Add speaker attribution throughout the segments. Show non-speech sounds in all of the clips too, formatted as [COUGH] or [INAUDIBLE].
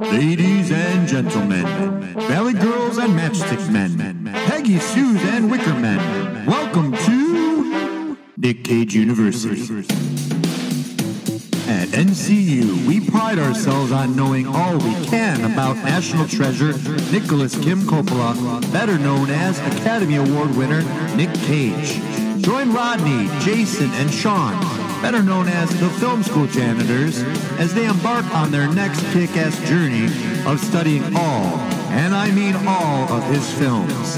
Speaker 1: Ladies and gentlemen, Valley Girls and Matchstick Men, Peggy Sue's and Wicker Men, welcome to Nick Cage University. At NCU, we pride ourselves on knowing all we can about national treasure Nicholas Kim Coppola, better known as Academy Award winner Nick Cage. Join Rodney, Jason, and Sean, better known as the film school janitors, as they embark on their next kick-ass journey of studying all, and I mean all, of his films.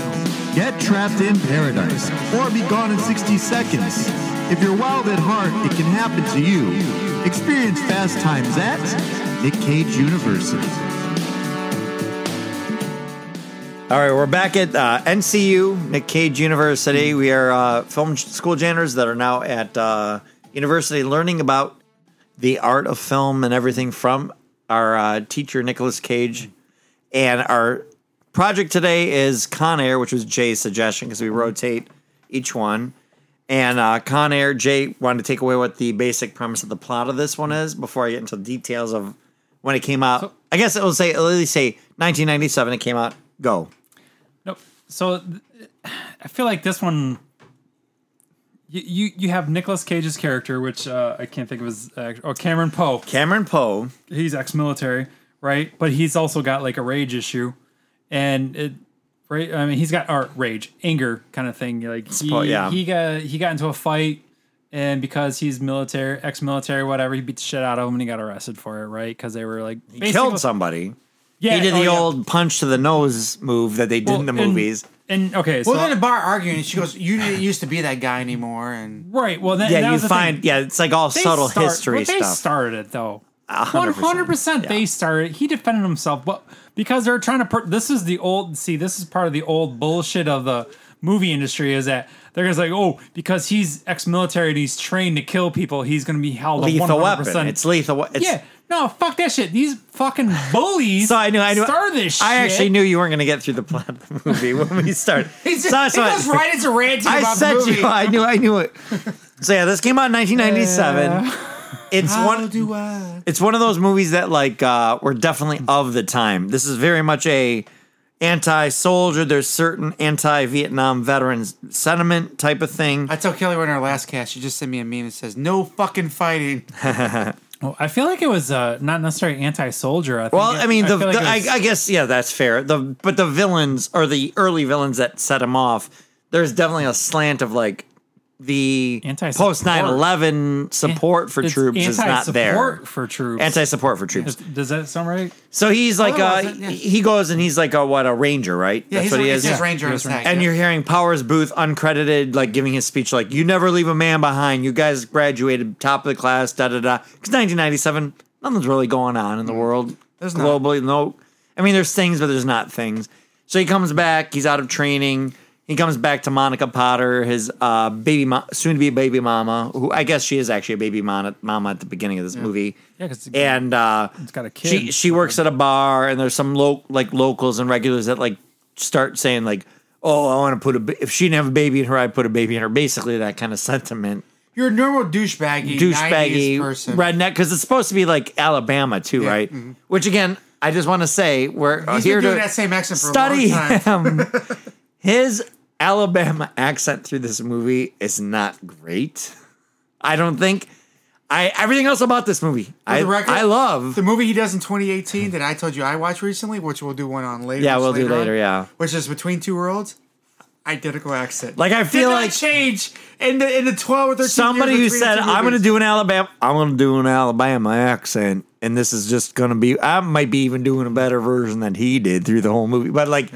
Speaker 1: Get trapped in paradise or be gone in 60 seconds. If you're wild at heart, it can happen to you. Experience fast times at Nick Cage University.
Speaker 2: All right, we're back at uh, NCU, Nick Cage University. We are uh, film j- school janitors that are now at uh, university learning about the art of film and everything from our uh, teacher, Nicholas Cage. And our project today is Con Air, which was Jay's suggestion because we rotate each one. And uh, Con Air, Jay wanted to take away what the basic premise of the plot of this one is before I get into details of when it came out. I guess it will say, at least say 1997, it came out. Go.
Speaker 3: Nope. So th- I feel like this one. You, you, you have Nicolas Cage's character, which uh, I can't think of his. act- oh, Cameron Poe.
Speaker 2: Cameron Poe.
Speaker 3: He's ex military, right? But he's also got like a rage issue. And it. Right, I mean, he's got art, rage, anger, kind of thing. Like he,
Speaker 2: Suppose- yeah.
Speaker 3: he got he got into a fight, and because he's military, ex-military, whatever, he beat the shit out of him, and he got arrested for it, right? Because they were like basically-
Speaker 2: killed somebody.
Speaker 3: Yeah,
Speaker 2: he did
Speaker 3: oh,
Speaker 2: the
Speaker 3: yeah.
Speaker 2: old punch to the nose move that they did
Speaker 3: Well,
Speaker 2: in the
Speaker 3: and-
Speaker 2: movies.
Speaker 3: And, okay, so
Speaker 4: Well, they're in a bar arguing. and She goes, "You didn't used to be that guy anymore." And
Speaker 3: right, well, then, that
Speaker 2: yeah, you
Speaker 3: was the
Speaker 2: find
Speaker 3: thing.
Speaker 2: yeah, it's like all
Speaker 3: They
Speaker 2: subtle
Speaker 3: start-
Speaker 2: history
Speaker 3: well, they
Speaker 2: stuff.
Speaker 3: started it though.
Speaker 2: 100%,
Speaker 3: One hundred percent,
Speaker 2: yeah.
Speaker 3: they started. it. He defended himself, but because they're trying to. Per- this is the old. See, this is part of the old bullshit of the movie industry. Is that they're just like, oh, because he's ex-military and he's trained to kill people, he's going to be held
Speaker 2: lethal
Speaker 3: one hundred
Speaker 2: weapon.
Speaker 3: percent.
Speaker 2: It's lethal. we- It's,
Speaker 3: yeah, no, fuck that shit. These
Speaker 2: [LAUGHS]
Speaker 3: fucking bullies.
Speaker 2: So I knew. I knew.
Speaker 3: started this.
Speaker 2: I
Speaker 3: shit.
Speaker 2: actually knew you weren't going to get through the plot of the movie when we
Speaker 3: [LAUGHS]
Speaker 2: started.
Speaker 4: he's
Speaker 2: So- so
Speaker 4: he
Speaker 2: I-
Speaker 4: goes right into ranting
Speaker 2: I
Speaker 4: about
Speaker 2: said
Speaker 4: the movie.
Speaker 2: you. I knew. I knew it. So yeah, this
Speaker 3: [LAUGHS]
Speaker 2: came out in 1997. It's
Speaker 3: Ah,
Speaker 4: How
Speaker 2: one.
Speaker 4: do I?
Speaker 2: it's one of those movies that like uh were definitely of the time. This is very much a anti-soldier. There's certain anti-Vietnam veterans sentiment type of thing.
Speaker 4: I told Kelly we're in our last cast. She just sent me a meme that says, "No fucking fighting."
Speaker 3: Well, I feel like it was uh, not necessarily anti-soldier. I think
Speaker 2: Well,
Speaker 3: it-
Speaker 2: I mean, the,
Speaker 3: feel
Speaker 2: the-
Speaker 3: like it
Speaker 2: I,
Speaker 3: was-
Speaker 2: I guess yeah, that's fair. The but the villains or the early villains that set him off. There's definitely a slant of like the
Speaker 3: Anti-support.
Speaker 2: post 9/11 support for
Speaker 3: It's
Speaker 2: troops is not there.
Speaker 3: anti-support For troops,
Speaker 2: Anti support for troops.
Speaker 3: Is- Does that sound right?
Speaker 2: So he's like, uh,
Speaker 4: Otherwise, Oh, yeah.
Speaker 2: he goes and he's like a what a ranger, right?
Speaker 4: Yeah,
Speaker 2: that's
Speaker 4: he's
Speaker 2: what
Speaker 4: a,
Speaker 2: he
Speaker 4: he's
Speaker 2: is.
Speaker 4: his ranger on his neck.
Speaker 2: And you're hearing Powers Booth uncredited, like giving his speech, like "You never leave a man behind. You guys graduated top of the class." Da da da. Because 1997, nothing's really going on in the world.
Speaker 4: Mm. There's not.
Speaker 2: globally, no. I mean, there's things, but there's not things. So he comes back. He's out of training. He comes back to Monica Potter, his uh, baby, mo- soon-to-be baby mama, who I guess she is actually a baby mon- mama at the beginning of this movie.
Speaker 3: Yeah, 'cause it's-
Speaker 2: and uh,
Speaker 3: It's got a kid.
Speaker 2: she she works at a bar, and there's some lo- like locals and regulars that like start saying like, "Oh, I want to put a ba- if she didn't have a baby in her, I'd put a baby in her." Basically, that kind of sentiment,
Speaker 4: You're a normal douchebaggy, 90s
Speaker 2: douchebaggy
Speaker 4: person.
Speaker 2: redneck, because it's supposed to be like Alabama too,
Speaker 4: Yeah, Mm-hmm.
Speaker 2: right? Which again, I just want to say we're
Speaker 4: He's
Speaker 2: here
Speaker 4: been doing
Speaker 2: to
Speaker 4: that same accent for
Speaker 2: study
Speaker 4: a long time. [LAUGHS]
Speaker 2: him. His Alabama accent through this movie is not great. I don't think. I everything else about this movie, [LAUGHS] I,
Speaker 4: the record,
Speaker 2: I love.
Speaker 4: The movie he does in 2018 that I told you I watched recently, which we'll do one on later.
Speaker 2: Yeah,
Speaker 4: which
Speaker 2: we'll do
Speaker 4: on,
Speaker 2: later, yeah.
Speaker 4: Which is Between Two Worlds. Identical accent.
Speaker 2: Like, I feel
Speaker 4: Did not
Speaker 2: like-
Speaker 4: change in the in the 12 or 13
Speaker 2: somebody who
Speaker 4: years between the
Speaker 2: said
Speaker 4: two
Speaker 2: I'm going to
Speaker 4: movies."
Speaker 2: do an Alabama, I'm going to do an Alabama accent, and this is just going to be, I might be even doing a better version than he did through the whole movie. But like,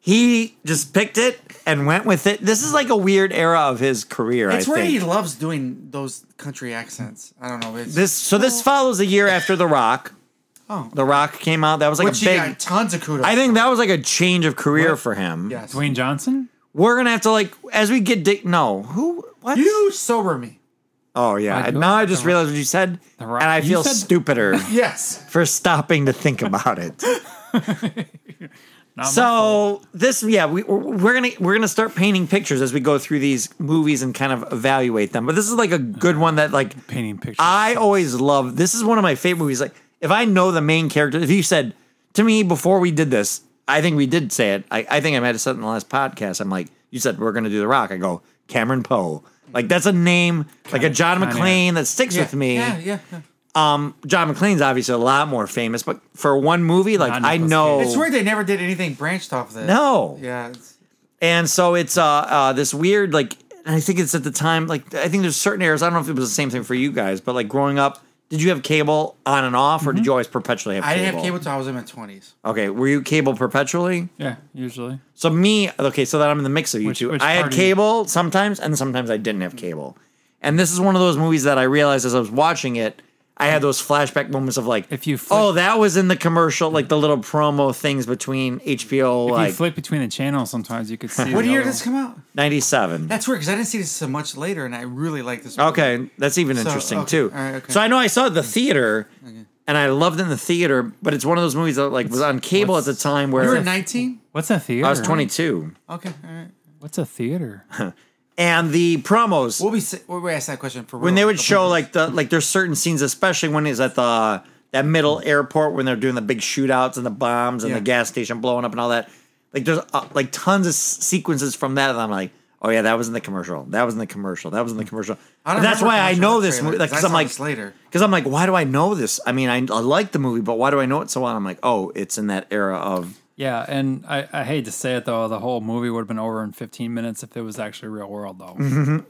Speaker 2: he just picked it and went with it. This is like a weird era of his career.
Speaker 4: It's
Speaker 2: I
Speaker 4: where
Speaker 2: think.
Speaker 4: he loves doing those country accents. I don't know. It's,
Speaker 2: this so this follows a year after The Rock.
Speaker 4: Oh.
Speaker 2: The Rock came out. That was like
Speaker 4: which
Speaker 2: a
Speaker 4: he
Speaker 2: big.
Speaker 4: got tons of kudos.
Speaker 2: I think that was like a change of career
Speaker 4: What?
Speaker 2: for him.
Speaker 4: Yes.
Speaker 3: Dwayne Johnson.
Speaker 2: We're gonna have to like as we get di- no who what
Speaker 4: You sober me.
Speaker 2: oh yeah
Speaker 3: Like who?
Speaker 2: now I just realized what you said
Speaker 3: The Rock-
Speaker 2: and I
Speaker 3: you
Speaker 2: feel
Speaker 3: said-
Speaker 4: [LAUGHS]
Speaker 2: stupider.
Speaker 4: Yes.
Speaker 2: for stopping to think about it. so this, yeah, we, we're we're gonna we're gonna start painting pictures as we go through these movies and kind of evaluate them. But this is like a good one that like
Speaker 3: Painting pictures.
Speaker 2: I always love. This is one of my favorite movies. Like if I know the main character, if you said to me before we did this, I think we did say it. I, I think I might have said it in the last podcast. I'm like, you said we're gonna do the rock. I go, Cameron Poe. Like that's a name, like a John
Speaker 3: kinda.
Speaker 2: McClane that sticks
Speaker 4: Yeah,
Speaker 2: with me.
Speaker 4: Yeah, yeah. yeah.
Speaker 2: Um, John McClane's obviously a lot more famous, but for one movie, like
Speaker 3: Not
Speaker 2: I
Speaker 3: Nicolas
Speaker 2: know,
Speaker 3: Cage.
Speaker 4: It's weird they never did anything branched off of that.
Speaker 2: Oh. No.
Speaker 4: Yeah. it's-
Speaker 2: and so it's uh, uh this weird like, and I think it's at the time like I think there's certain eras. I don't know if it was the same thing for you guys, but like growing up, did you have cable on and off, or
Speaker 3: Mm-hmm.
Speaker 2: did you always perpetually have?
Speaker 4: I
Speaker 2: cable?
Speaker 4: didn't have cable till I was in my twenties.
Speaker 2: Okay, were you cable perpetually?
Speaker 3: Yeah, usually.
Speaker 2: So me, okay, so that I'm in the mix of you
Speaker 3: Which-
Speaker 2: two.
Speaker 3: which
Speaker 2: I had
Speaker 3: party? Mm-hmm.
Speaker 2: cable sometimes, and sometimes I didn't have cable. And this is one of those movies that I realized as I was watching it, I had those flashback moments of like,
Speaker 3: If you flick-
Speaker 2: oh, that was in the commercial, like the little promo things between HBO,
Speaker 3: If
Speaker 2: like
Speaker 3: you flick between the channels,
Speaker 2: [LAUGHS]
Speaker 3: sometimes you could see.
Speaker 4: What
Speaker 3: the
Speaker 4: year
Speaker 3: other
Speaker 4: did this
Speaker 3: one.
Speaker 4: come out?
Speaker 2: '97.
Speaker 4: That's weird because I didn't see this until much later, and I really like this. Movie.
Speaker 2: Okay, that's even interesting
Speaker 4: okay,
Speaker 2: too.
Speaker 4: all right, okay. Mm.
Speaker 2: So I know I saw it at the theater, and I loved it in the theater, but it's one of those movies that like was on cable at the
Speaker 3: what's-
Speaker 2: time
Speaker 4: You were
Speaker 2: where
Speaker 4: nineteen.
Speaker 3: What's a theater?
Speaker 2: I was 22,
Speaker 4: Okay. All right.
Speaker 3: What's
Speaker 2: [LAUGHS]
Speaker 3: a theater?
Speaker 2: and the promos.
Speaker 4: We'll be. si- We'll be asked that question for
Speaker 2: when they would show like the like there's certain scenes, especially when he's at the that middle airport when they're doing the big shootouts and the bombs and
Speaker 4: Yeah.
Speaker 2: the gas station blowing up and all that. Like there's uh, like tons of s- sequences from that, and I'm like, oh yeah, that was in the commercial. That was in the commercial. That was in the commercial.
Speaker 4: Hmm. I don't
Speaker 2: That's
Speaker 4: remember
Speaker 2: why I
Speaker 4: commercial
Speaker 2: know
Speaker 4: or
Speaker 2: this
Speaker 4: trailer,
Speaker 2: movie. Like,
Speaker 4: 'cause I
Speaker 2: cause I'm
Speaker 4: saw
Speaker 2: like
Speaker 4: this later.
Speaker 2: because I'm like, why do I know this? I mean, I, I like the movie, but why do I know it so well? I'm like, oh, it's in that era of
Speaker 3: yeah, and I, I hate to say it though, the whole movie would have been over in 15 minutes if it was actually real world though.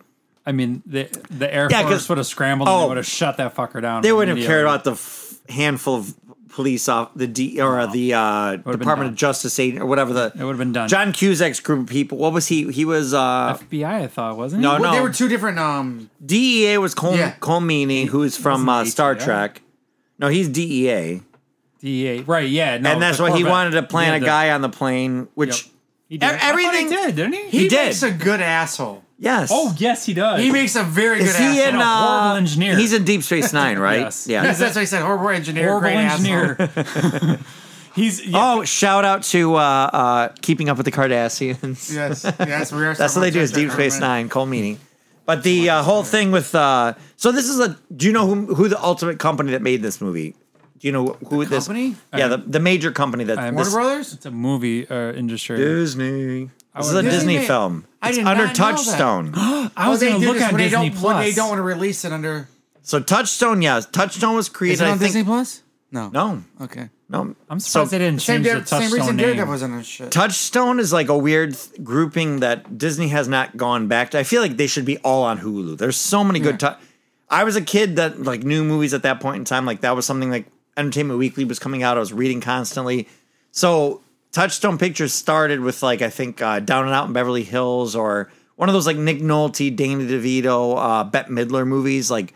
Speaker 3: I mean, the the Air
Speaker 2: Mm-hmm. Yeah, 'cause-
Speaker 3: Force would have scrambled and
Speaker 2: oh.
Speaker 3: they would have shut that fucker down.
Speaker 2: They wouldn't have cared
Speaker 3: immediately.
Speaker 2: about the f- handful of police off the D or the uh,
Speaker 3: been
Speaker 2: Department
Speaker 3: done.
Speaker 2: of Justice agent or whatever the
Speaker 3: It would've been done.
Speaker 2: John Cusack's group of people. What was he? He was uh,
Speaker 3: FBI. I thought wasn't
Speaker 2: no
Speaker 3: it?
Speaker 4: Well,
Speaker 2: no.
Speaker 4: there were two different. Um.
Speaker 2: DEA E was Col-
Speaker 4: Yeah.
Speaker 2: Colmeany, who's from uh,
Speaker 3: wasn't
Speaker 2: Star
Speaker 3: ATF.
Speaker 2: Trek. No, he's DEA,
Speaker 3: DEA. Right? Yeah. No,
Speaker 2: and that's
Speaker 3: the
Speaker 2: why Oh, he
Speaker 3: Corvette.
Speaker 2: wanted to plant
Speaker 3: Yeah,
Speaker 2: a
Speaker 3: the-
Speaker 2: guy on the plane,
Speaker 3: Yep.
Speaker 2: which
Speaker 3: He did.
Speaker 2: E-
Speaker 3: I thought
Speaker 2: everything-
Speaker 3: he did, didn't he?
Speaker 2: he, did.
Speaker 4: He's a good asshole.
Speaker 2: yes.
Speaker 3: Oh yes, he does.
Speaker 4: He makes a very good
Speaker 2: is he
Speaker 4: asshole.
Speaker 2: in?
Speaker 3: a horrible
Speaker 2: uh,
Speaker 3: engineer.
Speaker 2: He's in Deep Space [LAUGHS] Nine, right?
Speaker 3: Yes.
Speaker 2: Yeah.
Speaker 4: Yes, that's what I said. Horrible engineer.
Speaker 3: horrible
Speaker 4: great
Speaker 3: engineer.
Speaker 4: Asshole.
Speaker 3: he's yeah,
Speaker 2: Oh, shout out to uh, uh, Keeping Up with the Kardashians.
Speaker 4: Yes. Yes. We
Speaker 2: [LAUGHS]
Speaker 4: are.
Speaker 2: That's what they do is Deep Space Nine, Cole Meany. But the uh, whole thing with uh, so this is a. Do you know who who the ultimate company that made this movie? Do you know who this
Speaker 4: company?
Speaker 2: Yeah, the, the major company that
Speaker 3: I'm-
Speaker 4: Warner
Speaker 2: this,
Speaker 4: Brothers.
Speaker 3: it's a movie uh, industry.
Speaker 2: Disney. This is a
Speaker 3: would've-
Speaker 2: Disney
Speaker 4: Disney-
Speaker 2: film.
Speaker 4: I
Speaker 2: It's
Speaker 4: did
Speaker 2: under
Speaker 4: not know that.
Speaker 2: Touchstone.
Speaker 4: [GASPS]
Speaker 3: I was
Speaker 4: Oh,
Speaker 3: gonna
Speaker 4: do
Speaker 3: look
Speaker 4: this
Speaker 3: on
Speaker 4: when they
Speaker 3: Disney
Speaker 4: don't, When
Speaker 3: Plus.
Speaker 4: they don't want to release it under.
Speaker 2: so Touchstone, yeah, Touchstone was created.
Speaker 4: Is it
Speaker 2: I
Speaker 4: on
Speaker 2: think,
Speaker 4: Disney Plus? No.
Speaker 2: No,
Speaker 4: Okay.
Speaker 2: no.
Speaker 3: I'm surprised they didn't
Speaker 4: Same,
Speaker 3: change the
Speaker 4: di- same reason
Speaker 3: touchstone
Speaker 4: Daredevil
Speaker 3: name.
Speaker 4: was on this shit.
Speaker 2: Touchstone is like a weird th- grouping that Disney has not gone back to. I feel like they should be all on Hulu. There's so many good. tou- I was a kid that like knew movies at that point in time. Like that was something like Entertainment Weekly was coming out. I was reading constantly. So Touchstone Pictures started with like I think uh, Down and Out in Beverly Hills or one of those like Nick Nolte, Danny DeVito, uh, Bette Midler movies. Like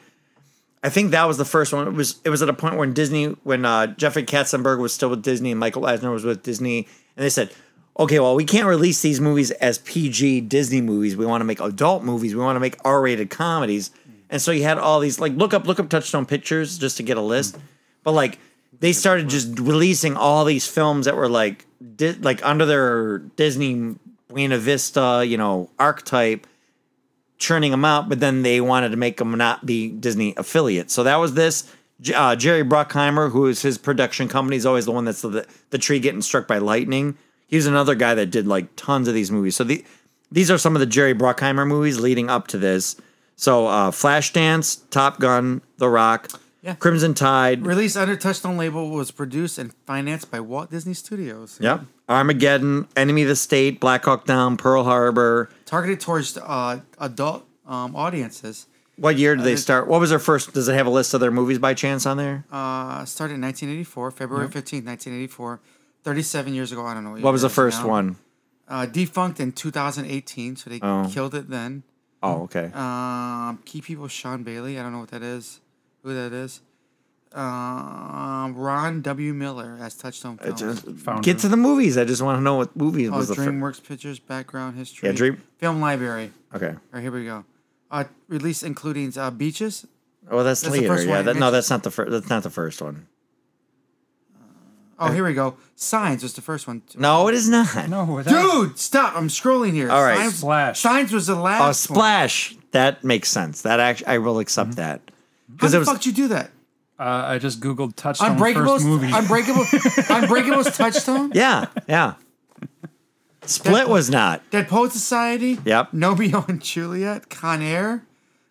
Speaker 2: I think that was the first one. It was it was at a point when Disney, when uh, Jeffrey Katzenberg was still with Disney and Michael Eisner was with Disney, and they said, "Okay, well, we can't release these movies as PG Disney movies. We want to make adult movies. We want to make R-rated comedies." And so you had all these like look up look up Touchstone Pictures just to get a list, but like they started just releasing all these films that were like di- like under their Disney Buena Vista, you know, archetype churning them out, but then they wanted to make them not be Disney affiliates. So that was this. J- Uh, Jerry Bruckheimer, who is his production company, is always the one that's the, the tree getting struck by lightning. He's another guy that did like tons of these movies. So the, these are some of the Jerry Bruckheimer movies leading up to this. So uh, Flashdance, Top Gun, The Rock, Crimson Tide,
Speaker 4: Released under Touchstone label was produced and financed by Walt Disney Studios.
Speaker 2: yep, Armageddon, Enemy of the State, Black Hawk Down, Pearl Harbor.
Speaker 4: Targeted towards uh, adult um, audiences.
Speaker 2: What year did they start? What was their first? Does it have a list of their movies by chance on there?
Speaker 4: Uh, started in 1984, February 15th, 1984. 37 years ago. I don't know.
Speaker 2: What was the
Speaker 4: year it is
Speaker 2: first
Speaker 4: now.
Speaker 2: one?
Speaker 4: Uh, defunct in 2018, so they killed it then. Mm.
Speaker 2: Oh, okay.
Speaker 4: Um, key people Sean Bailey. I don't know what that is. Who that is. Um, Ron W. Miller as Touchstone Films.
Speaker 2: Just
Speaker 3: Found
Speaker 2: get
Speaker 3: it.
Speaker 2: to the movies. I just want to know what movies
Speaker 4: Oh,
Speaker 2: was the first.
Speaker 4: DreamWorks Pictures background history.
Speaker 2: Yeah, Dream-
Speaker 4: Film library.
Speaker 2: Okay.
Speaker 4: All right, here we go. Uh, release including uh, Beaches.
Speaker 2: Well, Oh, that's,
Speaker 4: That's the
Speaker 2: later.
Speaker 4: first one
Speaker 2: yeah.
Speaker 4: I
Speaker 2: That, no,
Speaker 4: mentioned.
Speaker 2: that's not the first. That's not the first one.
Speaker 4: Oh, here we go. Signs was the
Speaker 2: [LAUGHS]
Speaker 4: first one.
Speaker 2: No, it is not.
Speaker 3: No, that-
Speaker 4: Dude, stop! I'm scrolling here.
Speaker 2: All right.
Speaker 4: Signs,
Speaker 3: Splash.
Speaker 4: Signs was the last.
Speaker 2: Oh,
Speaker 4: one. Mm-hmm.
Speaker 2: Splash. That makes sense. That actually, I will accept that.
Speaker 4: How
Speaker 2: Because
Speaker 4: the
Speaker 2: it was
Speaker 4: fuck did you do that?
Speaker 3: Uh, I just googled Touchstone
Speaker 4: Unbreakable's
Speaker 3: first movie.
Speaker 4: Unbreakable
Speaker 3: [LAUGHS]
Speaker 4: Unbreakable's Touchstone?
Speaker 2: [LAUGHS] Yeah,
Speaker 4: [LAUGHS]
Speaker 2: yeah. Split was not.
Speaker 4: Dead Poet Society?
Speaker 2: Yep.
Speaker 4: Romeo and Juliet? Con Air?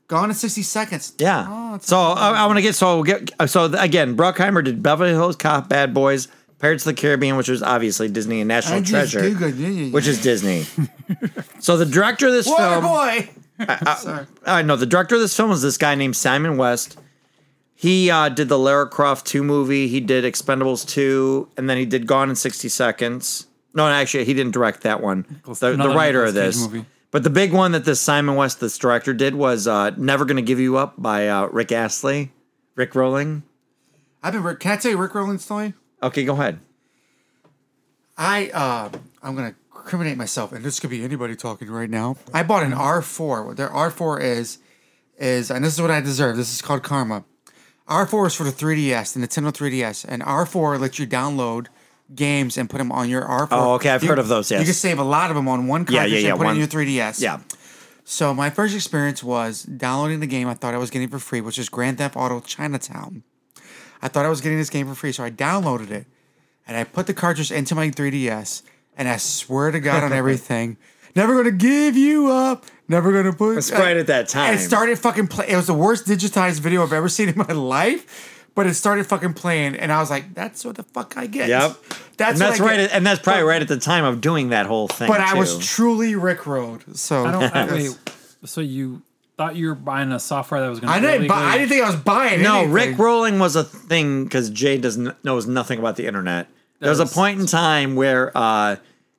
Speaker 4: Gone in 60 Seconds.
Speaker 2: Yeah.
Speaker 4: Oh, it's
Speaker 2: so I, I want to get so we'll get so th- again. Bruckheimer did Beverly Hills Cop, Bad Boys, Pirates of the Caribbean, which was obviously Disney, and National
Speaker 4: I just
Speaker 2: Treasure,
Speaker 4: Googled, yeah, yeah, yeah.
Speaker 2: which is
Speaker 4: [LAUGHS]
Speaker 2: Disney. so the director of this film,
Speaker 4: Waterboy! [LAUGHS] Sorry.
Speaker 2: I know Uh, the director of this film is this guy named Simon West. He uh, did the Lara Croft 2 movie, he did Expendables 2, and then he did Gone in 60 Seconds. No, actually, he didn't direct that one. The, the
Speaker 3: another
Speaker 2: writer of
Speaker 3: Nicolas
Speaker 2: this.
Speaker 3: Cage movie.
Speaker 2: But the big one that this Simon West, this director, did was uh, Never Gonna Give You Up by uh, Rick Astley, Rick Rolling.
Speaker 4: I've been. Rick- Can I tell you Rick Rowland's story?
Speaker 2: Okay, go ahead.
Speaker 4: I uh, I'm gonna criminate myself, and this could be anybody talking right now. I bought
Speaker 2: Mm-hmm.
Speaker 4: an R4. What their R4 is is, and this is what I deserve. This is called karma. R4 is for the 3DS, the Nintendo 3DS, and R4 lets you download games and put them on your R4.
Speaker 2: Oh, okay, I've
Speaker 4: You-
Speaker 2: heard of those,
Speaker 4: you
Speaker 2: yes.
Speaker 4: can save a lot of them on one
Speaker 2: Yeah, yeah,
Speaker 4: cartridge
Speaker 2: yeah,
Speaker 4: and put it
Speaker 2: one-
Speaker 4: in your 3DS.
Speaker 2: Yeah.
Speaker 4: So my first experience was downloading the game I thought I was getting for free, which is Grand Theft Auto Chinatown. I thought I was getting this game for free, so I downloaded it and I put the cartridge into my 3DS. And I swear
Speaker 2: [LAUGHS]
Speaker 4: to God on everything, never gonna give you up. Never gonna put.
Speaker 2: It's right at that time.
Speaker 4: It started fucking play. It was the worst digitized video I've ever [LAUGHS] seen in my life. But it started fucking playing, and I was like, "That's what the fuck I get."
Speaker 2: Yep.
Speaker 4: That's
Speaker 2: and that's
Speaker 4: what I
Speaker 2: right,
Speaker 4: get.
Speaker 2: at, and that's probably right at the time of doing that whole thing.
Speaker 4: But I was
Speaker 2: too.
Speaker 4: truly rickrolled. So
Speaker 3: I
Speaker 4: [LAUGHS]
Speaker 3: don't. I, wait, so you thought you were buying a software that was going to?
Speaker 4: I didn't.
Speaker 3: Illegally,
Speaker 4: Buy, I didn't think I was buying.
Speaker 2: No,
Speaker 4: anything.
Speaker 2: Rick rolling was a thing because Jay doesn't knows nothing about the internet. There was a point in time where uh,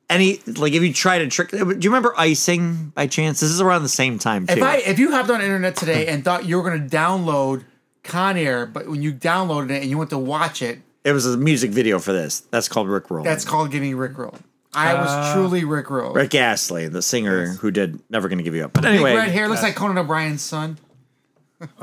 Speaker 2: any like if you try to trick, do you remember icing by chance? This is around the same time too.
Speaker 4: If I if you hopped on the internet today and thought you were gonna download Con Air, but when you downloaded it and you went to watch it,
Speaker 2: it was a music video for this. That's called Rick roll.
Speaker 4: that's called getting rickrolled. I was truly rickrolled.
Speaker 2: Uh, Rick Astley, the singer who did "Never Gonna Give You Up." But
Speaker 4: Big
Speaker 2: anyway, uh,
Speaker 4: red hair looks like Conan O'Brien's son.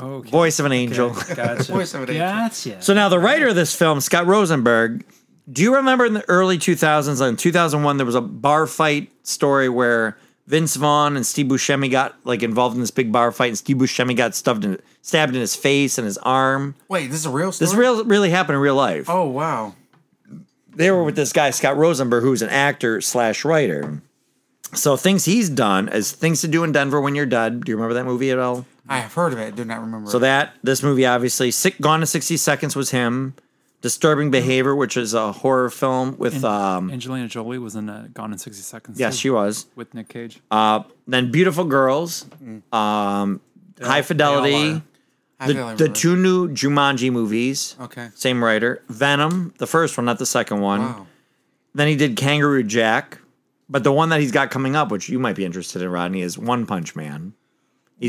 Speaker 3: Okay.
Speaker 2: voice of an angel.
Speaker 3: [LAUGHS] Gotcha.
Speaker 4: Voice of an angel.
Speaker 3: gotcha.
Speaker 2: So now the writer of this film, Scott Rosenberg, do you remember in the early 2000s, like in 2001, there was a bar fight story where Vince Vaughn and Steve Buscemi got like involved in this big bar fight, and Steve Buscemi got stubbed in, stabbed in his face and his arm.
Speaker 4: Wait, this is a real story.
Speaker 2: This real really happened in real life.
Speaker 4: Oh wow.
Speaker 2: They were with this guy Scott Rosenberg, who's an actor slash writer. So things he's done is things to do in Denver when you're dead. Do you remember that movie at all?
Speaker 4: I have heard of it. I do not remember.
Speaker 2: So
Speaker 4: it.
Speaker 2: that this movie obviously sick, Gone in 60 Seconds was him. Disturbing Behavior, which is a horror film with um
Speaker 3: Angelina Jolie was in uh, Gone in sixty seconds.
Speaker 2: yes,
Speaker 3: too,
Speaker 2: she was.
Speaker 3: with Nick Cage.
Speaker 2: Uh then Beautiful Girls,
Speaker 4: Mm.
Speaker 2: um High Fidelity,
Speaker 4: I feel
Speaker 2: the,
Speaker 4: like I
Speaker 2: the
Speaker 4: remember.
Speaker 2: two new Jumanji movies.
Speaker 4: Okay.
Speaker 2: Same writer. Venom, the first one, not the second one.
Speaker 4: Wow.
Speaker 2: Then he did Kangaroo Jack, but the one that he's got coming up, which you might be interested in, Rodney, is One Punch Man.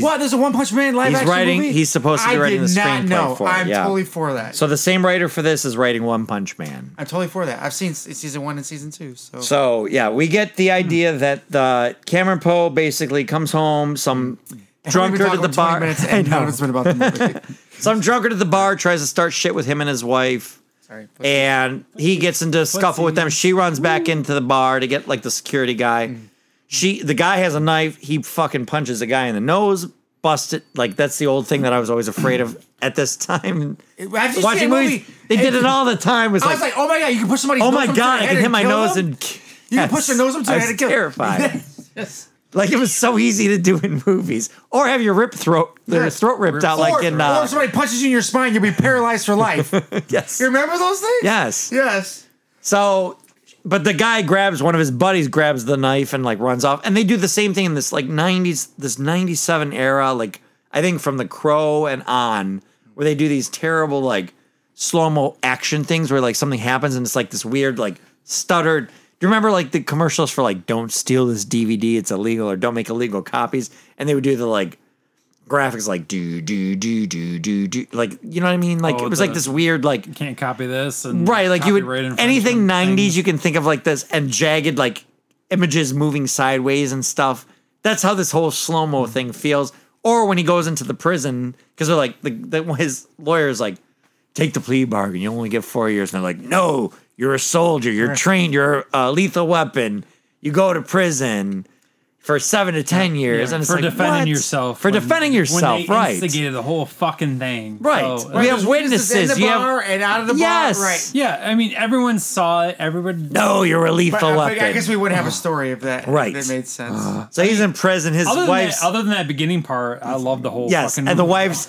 Speaker 4: What? There's a One Punch Man live
Speaker 2: He's
Speaker 4: action
Speaker 2: writing-
Speaker 4: movie?
Speaker 2: he's supposed to be
Speaker 4: I
Speaker 2: writing
Speaker 4: did
Speaker 2: the
Speaker 4: not
Speaker 2: screenplay
Speaker 4: know.
Speaker 2: for it,
Speaker 4: I'm
Speaker 2: yeah.
Speaker 4: totally for that.
Speaker 2: So the same writer for this is writing One Punch Man.
Speaker 4: I'm totally for that. I've seen s- season one and season two. So,
Speaker 2: So yeah, we get the idea
Speaker 4: Hmm.
Speaker 2: that the Cameron Poe basically comes home, some
Speaker 4: Hmm.
Speaker 2: drunkard at the bar. [LAUGHS]
Speaker 4: Minutes
Speaker 2: I
Speaker 4: and
Speaker 2: know.
Speaker 4: none of it's been about the movie.
Speaker 2: [LAUGHS] Some drunkard at the bar tries to start shit with him and his wife.
Speaker 4: Sorry. Pussy.
Speaker 2: And he gets into a scuffle with them. She runs back into the bar to get like the security
Speaker 4: Hmm.
Speaker 2: guy. She the guy has a knife, he fucking punches the guy in the nose, busts it. Like that's the old thing that I was always afraid of at this time.
Speaker 4: I've just
Speaker 2: Watching
Speaker 4: seen a
Speaker 2: movies.
Speaker 4: movie.
Speaker 2: They did it all the time. It was
Speaker 4: I
Speaker 2: like,
Speaker 4: was like, oh my god, you can push somebody's
Speaker 2: oh
Speaker 4: nose
Speaker 2: my
Speaker 4: up to
Speaker 2: god,
Speaker 4: their
Speaker 2: I
Speaker 4: head
Speaker 2: can hit my
Speaker 4: kill
Speaker 2: nose
Speaker 4: them?
Speaker 2: and
Speaker 4: You can push their nose up to
Speaker 2: I
Speaker 4: their
Speaker 2: was
Speaker 4: head and kill them. [LAUGHS]
Speaker 2: terrified. Like it was so easy to do in movies, or have your rip throat, their
Speaker 4: Yes.
Speaker 2: throat ripped out,
Speaker 4: or,
Speaker 2: like in
Speaker 4: or
Speaker 2: uh,
Speaker 4: if somebody punches you in your spine, you'll be paralyzed
Speaker 2: [LAUGHS]
Speaker 4: for life. you
Speaker 2: yes,
Speaker 4: remember those things?
Speaker 2: yes.
Speaker 4: Yes.
Speaker 2: So, but the guy grabs one of his buddies, grabs the knife, and like runs off. And they do the same thing in this like '90s, this '97 era, like I think from The Crow and on, where they do these terrible like slow mo action things where like something happens and it's like this weird like stuttered. Do you remember like the commercials for like "Don't steal this DVD, it's illegal" or "Don't make illegal copies"? And they would do the like graphics like do do do do do do like you know what I mean? Like
Speaker 3: Oh,
Speaker 2: it was like
Speaker 3: the-
Speaker 2: this weird like
Speaker 3: Can't copy this. And
Speaker 2: right like you
Speaker 3: copyright
Speaker 2: would
Speaker 3: infringement
Speaker 2: anything
Speaker 3: thing.
Speaker 2: 90s you can think of like this and jagged like images moving sideways and stuff that's how this whole slow-mo
Speaker 3: Mm.
Speaker 2: thing feels or when he goes into the prison because they're like the, the, [LAUGHS] his lawyer is like take the plea bargain you only get four years and they're like no you're a soldier you're trained you're a lethal weapon you go to prison for seven to ten years, and it's
Speaker 3: for
Speaker 2: like,
Speaker 3: defending
Speaker 2: what?
Speaker 3: yourself.
Speaker 2: for
Speaker 3: when-
Speaker 2: defending yourself,
Speaker 3: when they
Speaker 2: right?
Speaker 3: Instigated the whole fucking thing,
Speaker 2: Right.
Speaker 3: So,
Speaker 2: We have
Speaker 4: There's in
Speaker 2: witnesses,
Speaker 4: the
Speaker 2: you have-
Speaker 4: bar and out of the
Speaker 2: Yes.
Speaker 4: bar. Right.
Speaker 3: yeah, I mean, everyone saw it. Everyone.
Speaker 2: No, you're a
Speaker 4: But
Speaker 2: lethal
Speaker 4: I,
Speaker 2: weapon.
Speaker 4: think- I guess we would
Speaker 2: [SIGHS]
Speaker 4: have a story of that.
Speaker 2: Right. Uh,
Speaker 4: That made sense.
Speaker 2: so he's in prison. His
Speaker 3: Other than, that,
Speaker 2: wife's
Speaker 3: other than that beginning part, I love the whole.
Speaker 2: yes,
Speaker 3: fucking
Speaker 2: and the
Speaker 3: movie.
Speaker 2: wife's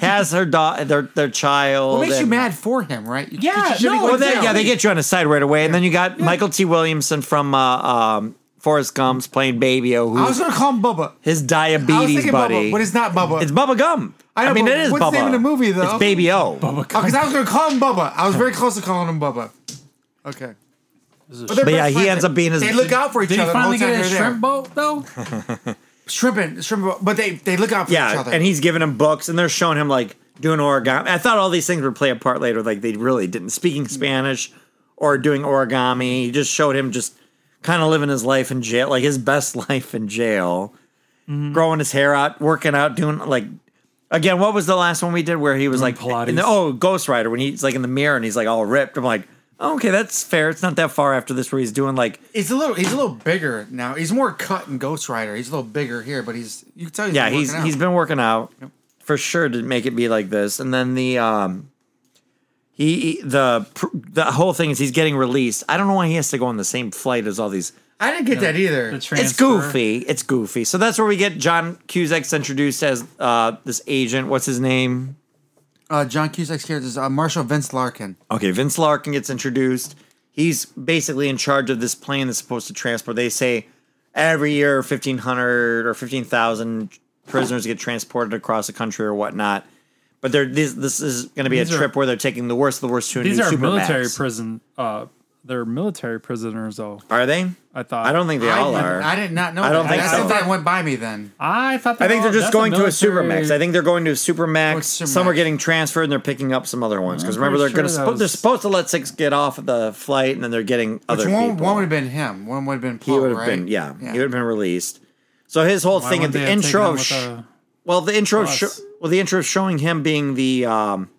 Speaker 2: has her daughter, their their child.
Speaker 4: what makes you
Speaker 2: and-
Speaker 4: mad for him, right? You-
Speaker 3: Yeah,
Speaker 4: you should be
Speaker 3: no,
Speaker 4: going
Speaker 2: Well, they,
Speaker 4: down.
Speaker 2: yeah, they get you on the side right away, and then you got Michael T. Williamson from uh, um, Forrest Gump's playing Babyo,
Speaker 4: I was
Speaker 2: who's
Speaker 4: gonna call him Bubba.
Speaker 2: his
Speaker 4: I was
Speaker 2: diabetes
Speaker 4: thinking
Speaker 2: buddy.
Speaker 4: Bubba, but it's not Bubba.
Speaker 2: It's Bubba Gum.
Speaker 4: I know,
Speaker 2: mean,
Speaker 4: but
Speaker 2: it is
Speaker 4: what's the
Speaker 2: Bubba.
Speaker 4: name of the movie, though?
Speaker 2: It's Baby O.
Speaker 4: because Oh, I was gonna call him Bubba. I was very close to calling him Bubba. Okay. But, they're
Speaker 2: But yeah,
Speaker 4: best
Speaker 2: he
Speaker 4: friends.
Speaker 2: ends up being his-
Speaker 4: They look out for each
Speaker 3: Did you
Speaker 4: other. the
Speaker 3: finally
Speaker 4: whole time
Speaker 3: get a
Speaker 4: they're there.
Speaker 3: shrimp boat
Speaker 2: [LAUGHS]
Speaker 3: though?
Speaker 4: Shrimping, shrimping, but they they look out for each
Speaker 2: Yeah,
Speaker 4: other.
Speaker 2: and he's giving him books, and they're showing him like doing origami. I thought all these things would play a part later. Like they really didn't
Speaker 4: Mm.
Speaker 2: speaking Spanish or doing origami. He just showed him just kind of living his life in jail, like his best [LAUGHS] life in jail,
Speaker 4: Mm-hmm.
Speaker 2: growing his hair out, working out, doing like. Again, what was the last one we did where he was
Speaker 3: Doing
Speaker 2: like, in
Speaker 3: Pilates.
Speaker 2: the, oh, Ghost Rider, when he's like in the mirror and he's like all ripped. I'm like, oh, okay, that's fair. It's not that far after this where he's doing like,
Speaker 4: he's a little he's a little bigger now. He's more cut in Ghost Rider. He's a little bigger here, but he's you can tell he's
Speaker 2: yeah,
Speaker 4: been
Speaker 2: he's
Speaker 4: working out.
Speaker 2: he's been working out for sure to make it be like this. And then the um, he the pr- the whole thing is he's getting released. I don't know why he has to go on the same flight as all these.
Speaker 4: I didn't get that either.
Speaker 3: The
Speaker 2: It's
Speaker 3: transfer.
Speaker 2: goofy. It's goofy. So that's where we get John Cusack's introduced as uh this agent. What's his name?
Speaker 4: Uh, John Cusack's character is uh, Marshal Vince Larkin.
Speaker 2: Okay, Vince Larkin gets introduced. He's basically in charge of this plane that's supposed to transport. They say every year, fifteen hundred or fifteen thousand prisoners get transported across the country or whatnot. But they're, this, this is going to be
Speaker 3: These
Speaker 2: a
Speaker 3: are-
Speaker 2: trip where they're taking the worst of the worst to a
Speaker 3: These
Speaker 2: new
Speaker 3: are
Speaker 2: Supermax.
Speaker 3: military prison. Uh, they're military prisoners though.
Speaker 2: Are they?
Speaker 3: I thought.
Speaker 2: I don't think they
Speaker 4: I,
Speaker 2: all
Speaker 4: didn't-
Speaker 2: are.
Speaker 4: I did not know.
Speaker 2: I don't
Speaker 4: that.
Speaker 2: think
Speaker 4: That's
Speaker 2: so.
Speaker 4: something that went by me then.
Speaker 3: I thought. They
Speaker 2: I think they're
Speaker 3: all-
Speaker 2: just
Speaker 3: that's a
Speaker 2: going to a
Speaker 3: military-
Speaker 2: Supermax. I think they're going to a Supermax.
Speaker 4: What's
Speaker 2: Some are
Speaker 4: Supermax?
Speaker 2: getting transferred and they're picking up some other ones. Because
Speaker 3: I'm
Speaker 2: remember, they're
Speaker 3: pretty
Speaker 2: going to
Speaker 3: sure that
Speaker 2: they're
Speaker 3: was-
Speaker 2: supposed to let six get off of the flight and then they're getting
Speaker 4: Which
Speaker 2: other
Speaker 4: one,
Speaker 2: people.
Speaker 4: one would have been him. One would have been Paul.
Speaker 2: He would have
Speaker 4: Oh, right?
Speaker 2: been, yeah, he would have been released. So his whole
Speaker 3: Why
Speaker 2: thing at
Speaker 3: wouldn't
Speaker 2: the
Speaker 3: they have taken
Speaker 2: intro
Speaker 3: him
Speaker 2: of,
Speaker 3: with
Speaker 2: sh-
Speaker 3: a-
Speaker 2: well, the intro, of
Speaker 3: bus?
Speaker 2: sho- well, the intro of showing him being the, um,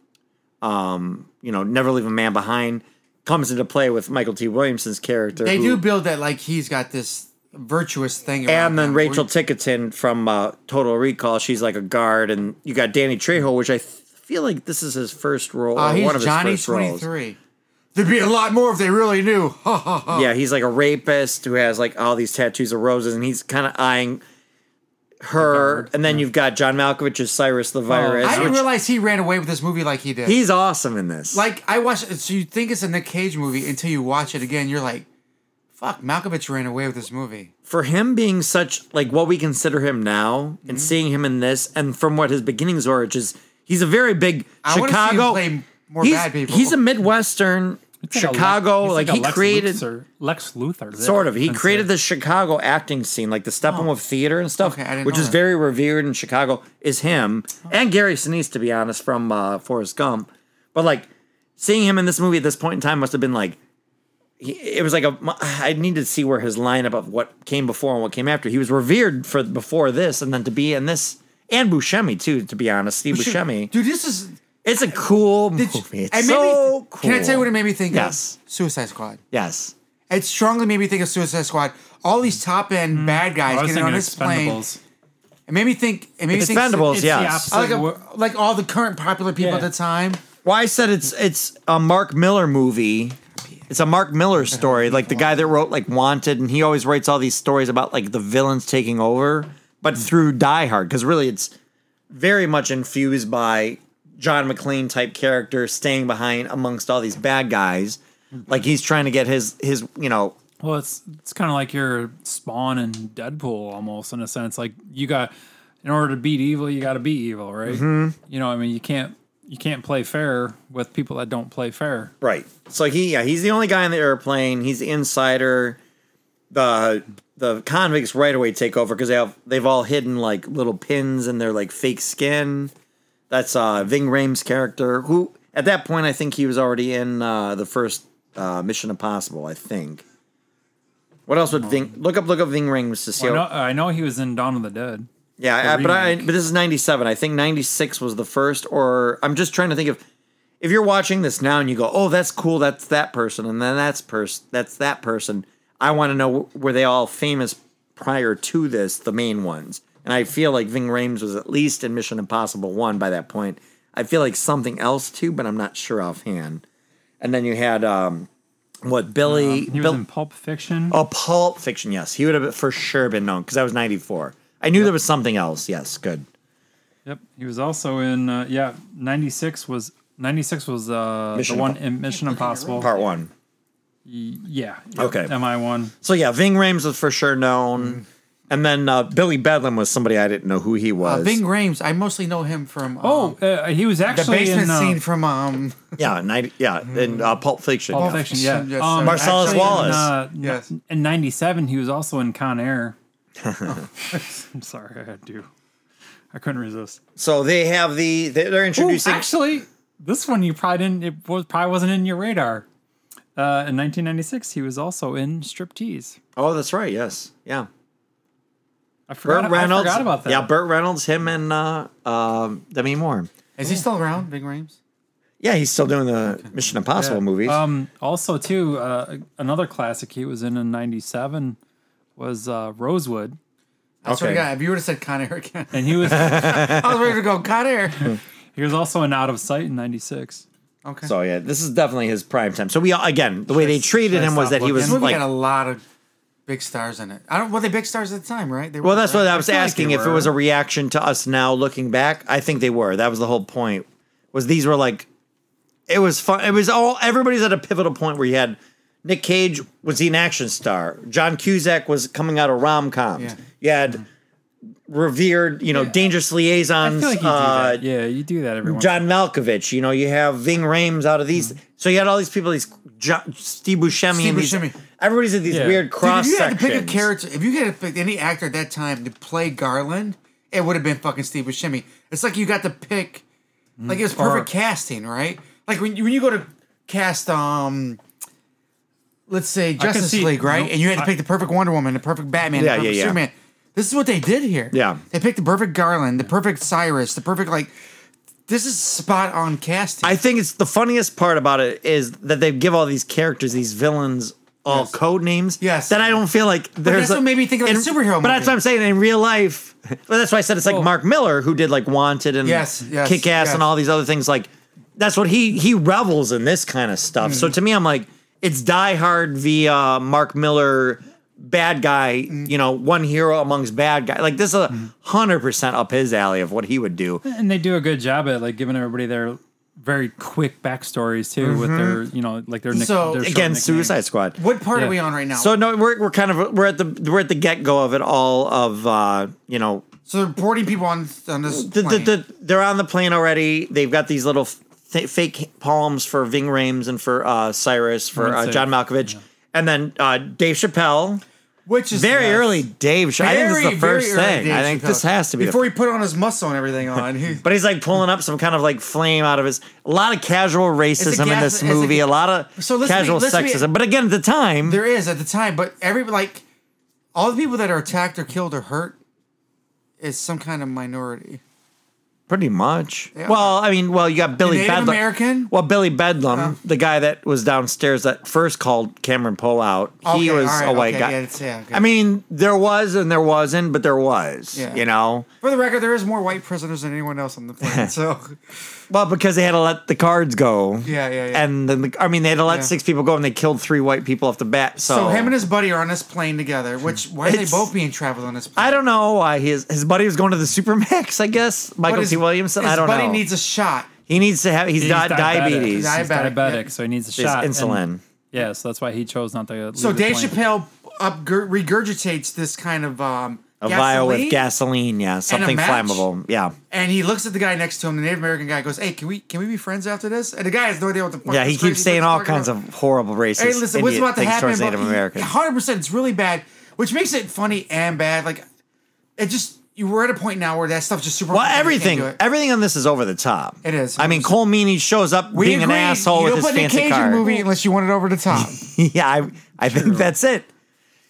Speaker 2: um, you know, never leave a man behind comes into play with Michael T. Williamson's character.
Speaker 4: They
Speaker 2: who-
Speaker 4: do build that like he's got this virtuous thing. around
Speaker 2: and then
Speaker 4: him.
Speaker 2: Rachel Tickerton from uh, Total Recall, she's like a guard, and you got Danny Trejo, which I th- feel like this is his first role,
Speaker 4: Uh,
Speaker 2: or
Speaker 4: he's
Speaker 2: one of
Speaker 4: Johnny
Speaker 2: his first roles.
Speaker 4: 23. There'd be a lot more if they really knew. [LAUGHS] Ha ha ha.
Speaker 2: Yeah, he's like a rapist who has like all these tattoos of roses, and he's kind of eyeing her. and then you've got John Malkovich as Cyrus the Virus.
Speaker 4: Oh, I didn't
Speaker 2: which-
Speaker 4: realize he ran away with this movie like he did.
Speaker 2: he's awesome in this.
Speaker 4: like I watched, so you think it's a Nick Cage movie until you watch it again. You're like, fuck, Malkovich ran away with this movie.
Speaker 2: for him being such like what we consider him now,
Speaker 4: Mm-hmm.
Speaker 2: and seeing him in this, and from what his beginnings were, which is he's a very big
Speaker 4: I wanna see him
Speaker 2: Chicago.
Speaker 4: play more
Speaker 2: he's,
Speaker 4: bad people.
Speaker 2: he's a Midwestern.
Speaker 3: He's like a
Speaker 2: Chicago,
Speaker 3: Lex- he's
Speaker 2: like,
Speaker 3: a
Speaker 2: he
Speaker 3: Lex
Speaker 2: created
Speaker 3: Luthor, Lex Luthor.
Speaker 2: Sort of. He
Speaker 3: That's
Speaker 2: created
Speaker 3: it.
Speaker 2: the Chicago acting scene, like the Steppenwolf Theater and stuff,
Speaker 4: Oh. Okay, I didn't
Speaker 2: which
Speaker 4: know
Speaker 2: is
Speaker 4: that.
Speaker 2: very revered in Chicago. Is him and Gary Sinise, to be honest, from uh, Forrest Gump. But like seeing him in this movie at this point in time must have been like, he, it was like a. I need to see where his lineup of what came before and what came after. He was revered for before this, and then to be in this and Buscemi too. To be honest, Steve Buscemi.
Speaker 4: Dude, this is.
Speaker 2: It's a cool
Speaker 4: Did you-
Speaker 2: movie. It's
Speaker 4: it made me-
Speaker 2: so cool.
Speaker 4: Can I tell you what it made me think
Speaker 2: Yes.
Speaker 4: of? Suicide Squad.
Speaker 2: Yes.
Speaker 4: It strongly made me think of Suicide Squad. All these top end
Speaker 2: Mm-hmm.
Speaker 4: bad guys
Speaker 3: I was
Speaker 4: getting on
Speaker 3: thinking
Speaker 4: this plane.
Speaker 3: Expendables.
Speaker 4: It made me think. It made me think.
Speaker 2: Expendables,
Speaker 3: It's
Speaker 2: yes.
Speaker 3: the opposite.
Speaker 4: I Like,
Speaker 3: of
Speaker 4: a, like all the current popular people
Speaker 3: Yeah.
Speaker 4: at the time.
Speaker 2: Well, I said it's it's a Mark Miller movie. It's a Mark Miller story, like the guy that wrote like Wanted, and he always writes all these stories about like the villains taking over, but through Die Hard, because really it's very much infused by John McClane type character staying behind amongst all these bad guys. Like he's trying to get his his you know
Speaker 3: Well, it's it's kind of like your Spawn and Deadpool almost in a sense. Like you got in order to beat evil, you got to be evil, right? You know, I mean, you can't you can't play fair with people that don't play fair.
Speaker 2: Right. So he yeah, he's the only guy in the airplane. He's the insider. The the convicts right away take over because they have they've all hidden like little pins in their like fake skin. That's uh Ving Rhames' character, who at that point I think he was already in uh the first uh Mission Impossible, I think. What else would Ving look up look up Ving Rhames to see
Speaker 3: I
Speaker 2: how-
Speaker 3: know, I know he was in Dawn of the Dead.
Speaker 2: yeah,
Speaker 3: the
Speaker 2: I, but I
Speaker 3: remake.
Speaker 2: but this is '97. I think '96 was the first, or I'm just trying to think of if you're watching this now and you go, "Oh, that's cool. That's that person," and then that's person. That's that person. I want to know wh- were they all famous prior to this the main ones. And I feel like Ving Rhames was at least in Mission Impossible 1 by that point. I feel like something else too, but I'm not sure offhand. And then you had um what Billy
Speaker 3: Uh, He was
Speaker 2: Bill-
Speaker 3: in Pulp Fiction.
Speaker 2: Oh, Pulp Fiction. Yes, he would have for sure been known because I was ninety four. I knew there was something else. Yes, good.
Speaker 3: Yep. He was also in uh, yeah. Ninety six was ninety six was uh, the
Speaker 2: Mission
Speaker 3: one in Mission Impossible.
Speaker 2: Part one.
Speaker 3: Yeah. yep,
Speaker 2: Okay.
Speaker 3: Mi one.
Speaker 2: So yeah, Ving Rhames was for sure known, and then uh, Billy Bedlam was somebody I didn't know who he was.
Speaker 4: Uh, Bing Rames. I mostly know him from um,
Speaker 3: Oh, uh, he was
Speaker 4: the
Speaker 3: actually
Speaker 4: basement
Speaker 3: in uh,
Speaker 4: scene from um.
Speaker 2: yeah, 90, yeah, in uh, Pulp Fiction.
Speaker 3: Mm. Pulp
Speaker 2: yeah.
Speaker 3: Fiction. Yeah.
Speaker 4: Yes,
Speaker 3: um,
Speaker 4: sir.
Speaker 2: Marcellus
Speaker 3: actually
Speaker 2: Wallace.
Speaker 3: In, uh,
Speaker 4: Yes.
Speaker 3: in ninety seven, he was also in Con Air. [LAUGHS] I'm sorry, I had to. I couldn't resist.
Speaker 2: So they have the they- they're
Speaker 3: Ooh,
Speaker 2: introducing.
Speaker 3: actually, this one you probably didn't. It was probably wasn't in your radar. Uh, in 1996, he was also in Striptease.
Speaker 2: oh, that's right. Yes, yeah.
Speaker 3: I forgot,
Speaker 2: Burt Reynolds.
Speaker 3: I forgot about that.
Speaker 2: Yeah, Burt Reynolds, him and uh, um Demi Moore.
Speaker 4: Is he still around, Bing Rames?
Speaker 2: Yeah, he's still doing the Mission Impossible movies.
Speaker 3: Um, also, too, uh, another classic he was in in '97 was uh, Rosewood,
Speaker 4: That's what I
Speaker 2: Okay.
Speaker 4: got. If you would have said Con Air again, [LAUGHS]
Speaker 3: and he [LAUGHS] was
Speaker 4: I was ready to go.
Speaker 2: [LAUGHS]
Speaker 4: Con Air.
Speaker 3: he was also in Out of Sight in '96.
Speaker 4: Okay.
Speaker 2: So yeah, this is definitely his prime time. So we all, again, the way they treated
Speaker 3: should I
Speaker 2: him was
Speaker 3: stop
Speaker 2: that he
Speaker 3: looking?
Speaker 2: was
Speaker 4: this movie
Speaker 2: like.
Speaker 4: had a lot of big stars in it. I don't. Were they big stars at the time, right? They
Speaker 2: Well, that's what I was
Speaker 3: feel like
Speaker 2: asking.
Speaker 3: they
Speaker 2: if it was a
Speaker 3: were.
Speaker 2: reaction to us now looking back, I think they were. That was the whole point. Was these were like, it was fun. It was all everybody's at a pivotal point where you had Nick Cage was he an action star. John Cusack was coming out of rom coms.
Speaker 4: Yeah.
Speaker 2: You had revered, you know, dangerous
Speaker 3: I
Speaker 2: liaisons.
Speaker 3: feel like you do
Speaker 2: uh,
Speaker 3: that. Yeah, you do that every once.
Speaker 2: John Malkovich. You know, you have Ving Rhames out of these. So you had all these people, these jo- Steve Buscemi,
Speaker 4: Steve
Speaker 2: and these,
Speaker 4: Buscemi.
Speaker 2: everybody's at these
Speaker 3: Yeah.
Speaker 2: weird
Speaker 4: Dude,
Speaker 2: cross
Speaker 4: if you had to
Speaker 2: sections.
Speaker 4: pick a character, if you had to pick any actor at that time to play Garland, it would have been fucking Steve Buscemi. It's like you got to pick, like it was
Speaker 2: Mm.
Speaker 4: perfect casting, right? Like when you, when you go to cast, um, let's say Justice
Speaker 3: see-
Speaker 4: League, right?
Speaker 3: no,
Speaker 4: and you had to
Speaker 3: I-
Speaker 4: pick the perfect Wonder Woman, the perfect Batman,
Speaker 2: Yeah,
Speaker 4: the perfect
Speaker 2: yeah, yeah.
Speaker 4: Superman. This is what they did here.
Speaker 2: Yeah.
Speaker 4: they picked the perfect Garland, the perfect Cyrus, the perfect like. This is spot on casting.
Speaker 2: I think it's the funniest part about it is that they give all these characters, these villains, all
Speaker 4: Yes.
Speaker 2: code names.
Speaker 4: Yes.
Speaker 2: That I don't feel like there's.
Speaker 4: that's what made me think of the
Speaker 2: in-
Speaker 4: superhero
Speaker 2: But that's
Speaker 4: movie.
Speaker 2: what I'm saying. In real life, well, that's why I said it's like
Speaker 3: Well-
Speaker 2: Mark Miller who did like Wanted and
Speaker 4: Yes, yes,
Speaker 2: Kick Ass
Speaker 4: yes.
Speaker 2: and all these other things. Like that's what he he revels in this kind of stuff.
Speaker 4: Mm.
Speaker 2: So to me, I'm like it's Die Hard via Mark Miller. Bad guy,
Speaker 4: Mm.
Speaker 2: you know, one hero amongst bad guy. Like this is a hundred percent up his alley of what he would do.
Speaker 3: and they do a good job at like giving everybody their very quick backstories too, with their you know like their nick-
Speaker 4: Mm-hmm. So,
Speaker 3: their short
Speaker 2: Again,
Speaker 3: nicknames.
Speaker 2: Suicide Squad.
Speaker 4: what part
Speaker 3: Yeah.
Speaker 4: are we on right now?
Speaker 2: So no, we're we're kind of we're at the we're at the get go of it all of uh, you know
Speaker 4: so they're boarding people on on this.
Speaker 2: the, the,
Speaker 4: plane.
Speaker 2: the, they're on the plane already. They've got these little th- fake palms for Ving Rhames and for uh, Cyrus for
Speaker 3: Right,
Speaker 2: uh,
Speaker 3: so-
Speaker 2: John Malkovich, and then uh, Dave Chappelle.
Speaker 4: which is
Speaker 2: Very
Speaker 4: nuts.
Speaker 2: early, Dave. Ch- I think this is
Speaker 4: Very,
Speaker 2: the first
Speaker 4: very early
Speaker 2: thing.
Speaker 4: days
Speaker 2: I think
Speaker 4: she
Speaker 2: this
Speaker 4: felt-
Speaker 2: has to be the
Speaker 4: before he put on his muscle and everything on. He, [LAUGHS]
Speaker 2: But he's like pulling up some kind of like flame out of his. A lot of casual racism in
Speaker 4: gas-
Speaker 2: this
Speaker 4: it's a
Speaker 2: movie. A,
Speaker 4: ga-
Speaker 2: lot of
Speaker 4: So let's be-
Speaker 2: casual
Speaker 4: let's be-
Speaker 2: sexism. but again, at the time,
Speaker 4: there is at the time, but every like all the people that are attacked or killed or hurt is some kind of minority.
Speaker 2: Pretty much.
Speaker 4: Yeah.
Speaker 2: Well, I mean, well, you got Billy
Speaker 4: Native
Speaker 2: Bedlam.
Speaker 4: American?
Speaker 2: Well, Billy Bedlam, the guy that was downstairs that first called Cameron Poe out, he
Speaker 4: Okay,
Speaker 2: was
Speaker 4: all right,
Speaker 2: a white
Speaker 4: okay,
Speaker 2: guy.
Speaker 4: yeah, it's- yeah, okay.
Speaker 2: I mean, there was and there wasn't, but there was.
Speaker 4: Yeah.
Speaker 2: You know,
Speaker 4: For the record, there is more white prisoners than anyone else on the
Speaker 2: [LAUGHS]
Speaker 4: planet. So
Speaker 2: well, because they had to let the cards go.
Speaker 4: Yeah, yeah, yeah.
Speaker 2: And then, the, I mean, they had to let
Speaker 4: Yeah.
Speaker 2: six people go, and they killed three white people off the bat. So,
Speaker 4: so him and his buddy are on this plane together. Which why are they
Speaker 2: It's-
Speaker 4: both being traveled on this? plane?
Speaker 2: I don't know why his his buddy was going to the Supermax. I guess Michael
Speaker 4: But his-
Speaker 2: T. Williamson.
Speaker 4: his
Speaker 2: I don't
Speaker 4: buddy
Speaker 2: know.
Speaker 4: needs a shot.
Speaker 2: he needs to have. He's,
Speaker 3: He's
Speaker 2: got
Speaker 3: diabetic.
Speaker 2: diabetes.
Speaker 4: He's
Speaker 3: He's diabetic,
Speaker 4: diabetic, yeah.
Speaker 3: so he needs a
Speaker 2: He's
Speaker 3: shot. and-
Speaker 2: insulin.
Speaker 3: yeah, so that's why he chose not to.
Speaker 4: So
Speaker 3: leave the
Speaker 4: Dave
Speaker 3: plane.
Speaker 4: Chappelle up regurgitates this kind of um,
Speaker 2: a vial with
Speaker 4: gasoline.
Speaker 2: gasoline, yeah, something
Speaker 4: match?
Speaker 2: flammable, yeah,
Speaker 4: And he looks at the guy next to him, the Native American guy goes, Hey, can we can we be friends after this? And the guy has no idea what the fuck.
Speaker 2: yeah. He
Speaker 4: this crazy
Speaker 2: keeps saying
Speaker 4: bitch
Speaker 2: all
Speaker 4: is talking
Speaker 2: kinds
Speaker 4: about.
Speaker 2: of horrible racist
Speaker 4: Hey, listen, what's
Speaker 2: Indian
Speaker 4: about to
Speaker 2: things
Speaker 4: happen?
Speaker 2: towards Native Americans.
Speaker 4: Hundred percent, it's really bad, which makes it funny and bad. Like, it just you were at a point now where that stuff just super.
Speaker 2: Well,
Speaker 4: you can't
Speaker 2: everything,
Speaker 4: do it.
Speaker 2: everything on this is over the top.
Speaker 4: It is.
Speaker 2: I mean, Cole Meany shows up
Speaker 4: We
Speaker 2: being an
Speaker 4: agree,
Speaker 2: asshole
Speaker 4: you
Speaker 2: with
Speaker 4: don't
Speaker 2: his
Speaker 4: put in a
Speaker 2: fancy
Speaker 4: Cajun
Speaker 2: car.
Speaker 4: movie unless you want it over the top.
Speaker 2: [LAUGHS] yeah, I, I think that's it.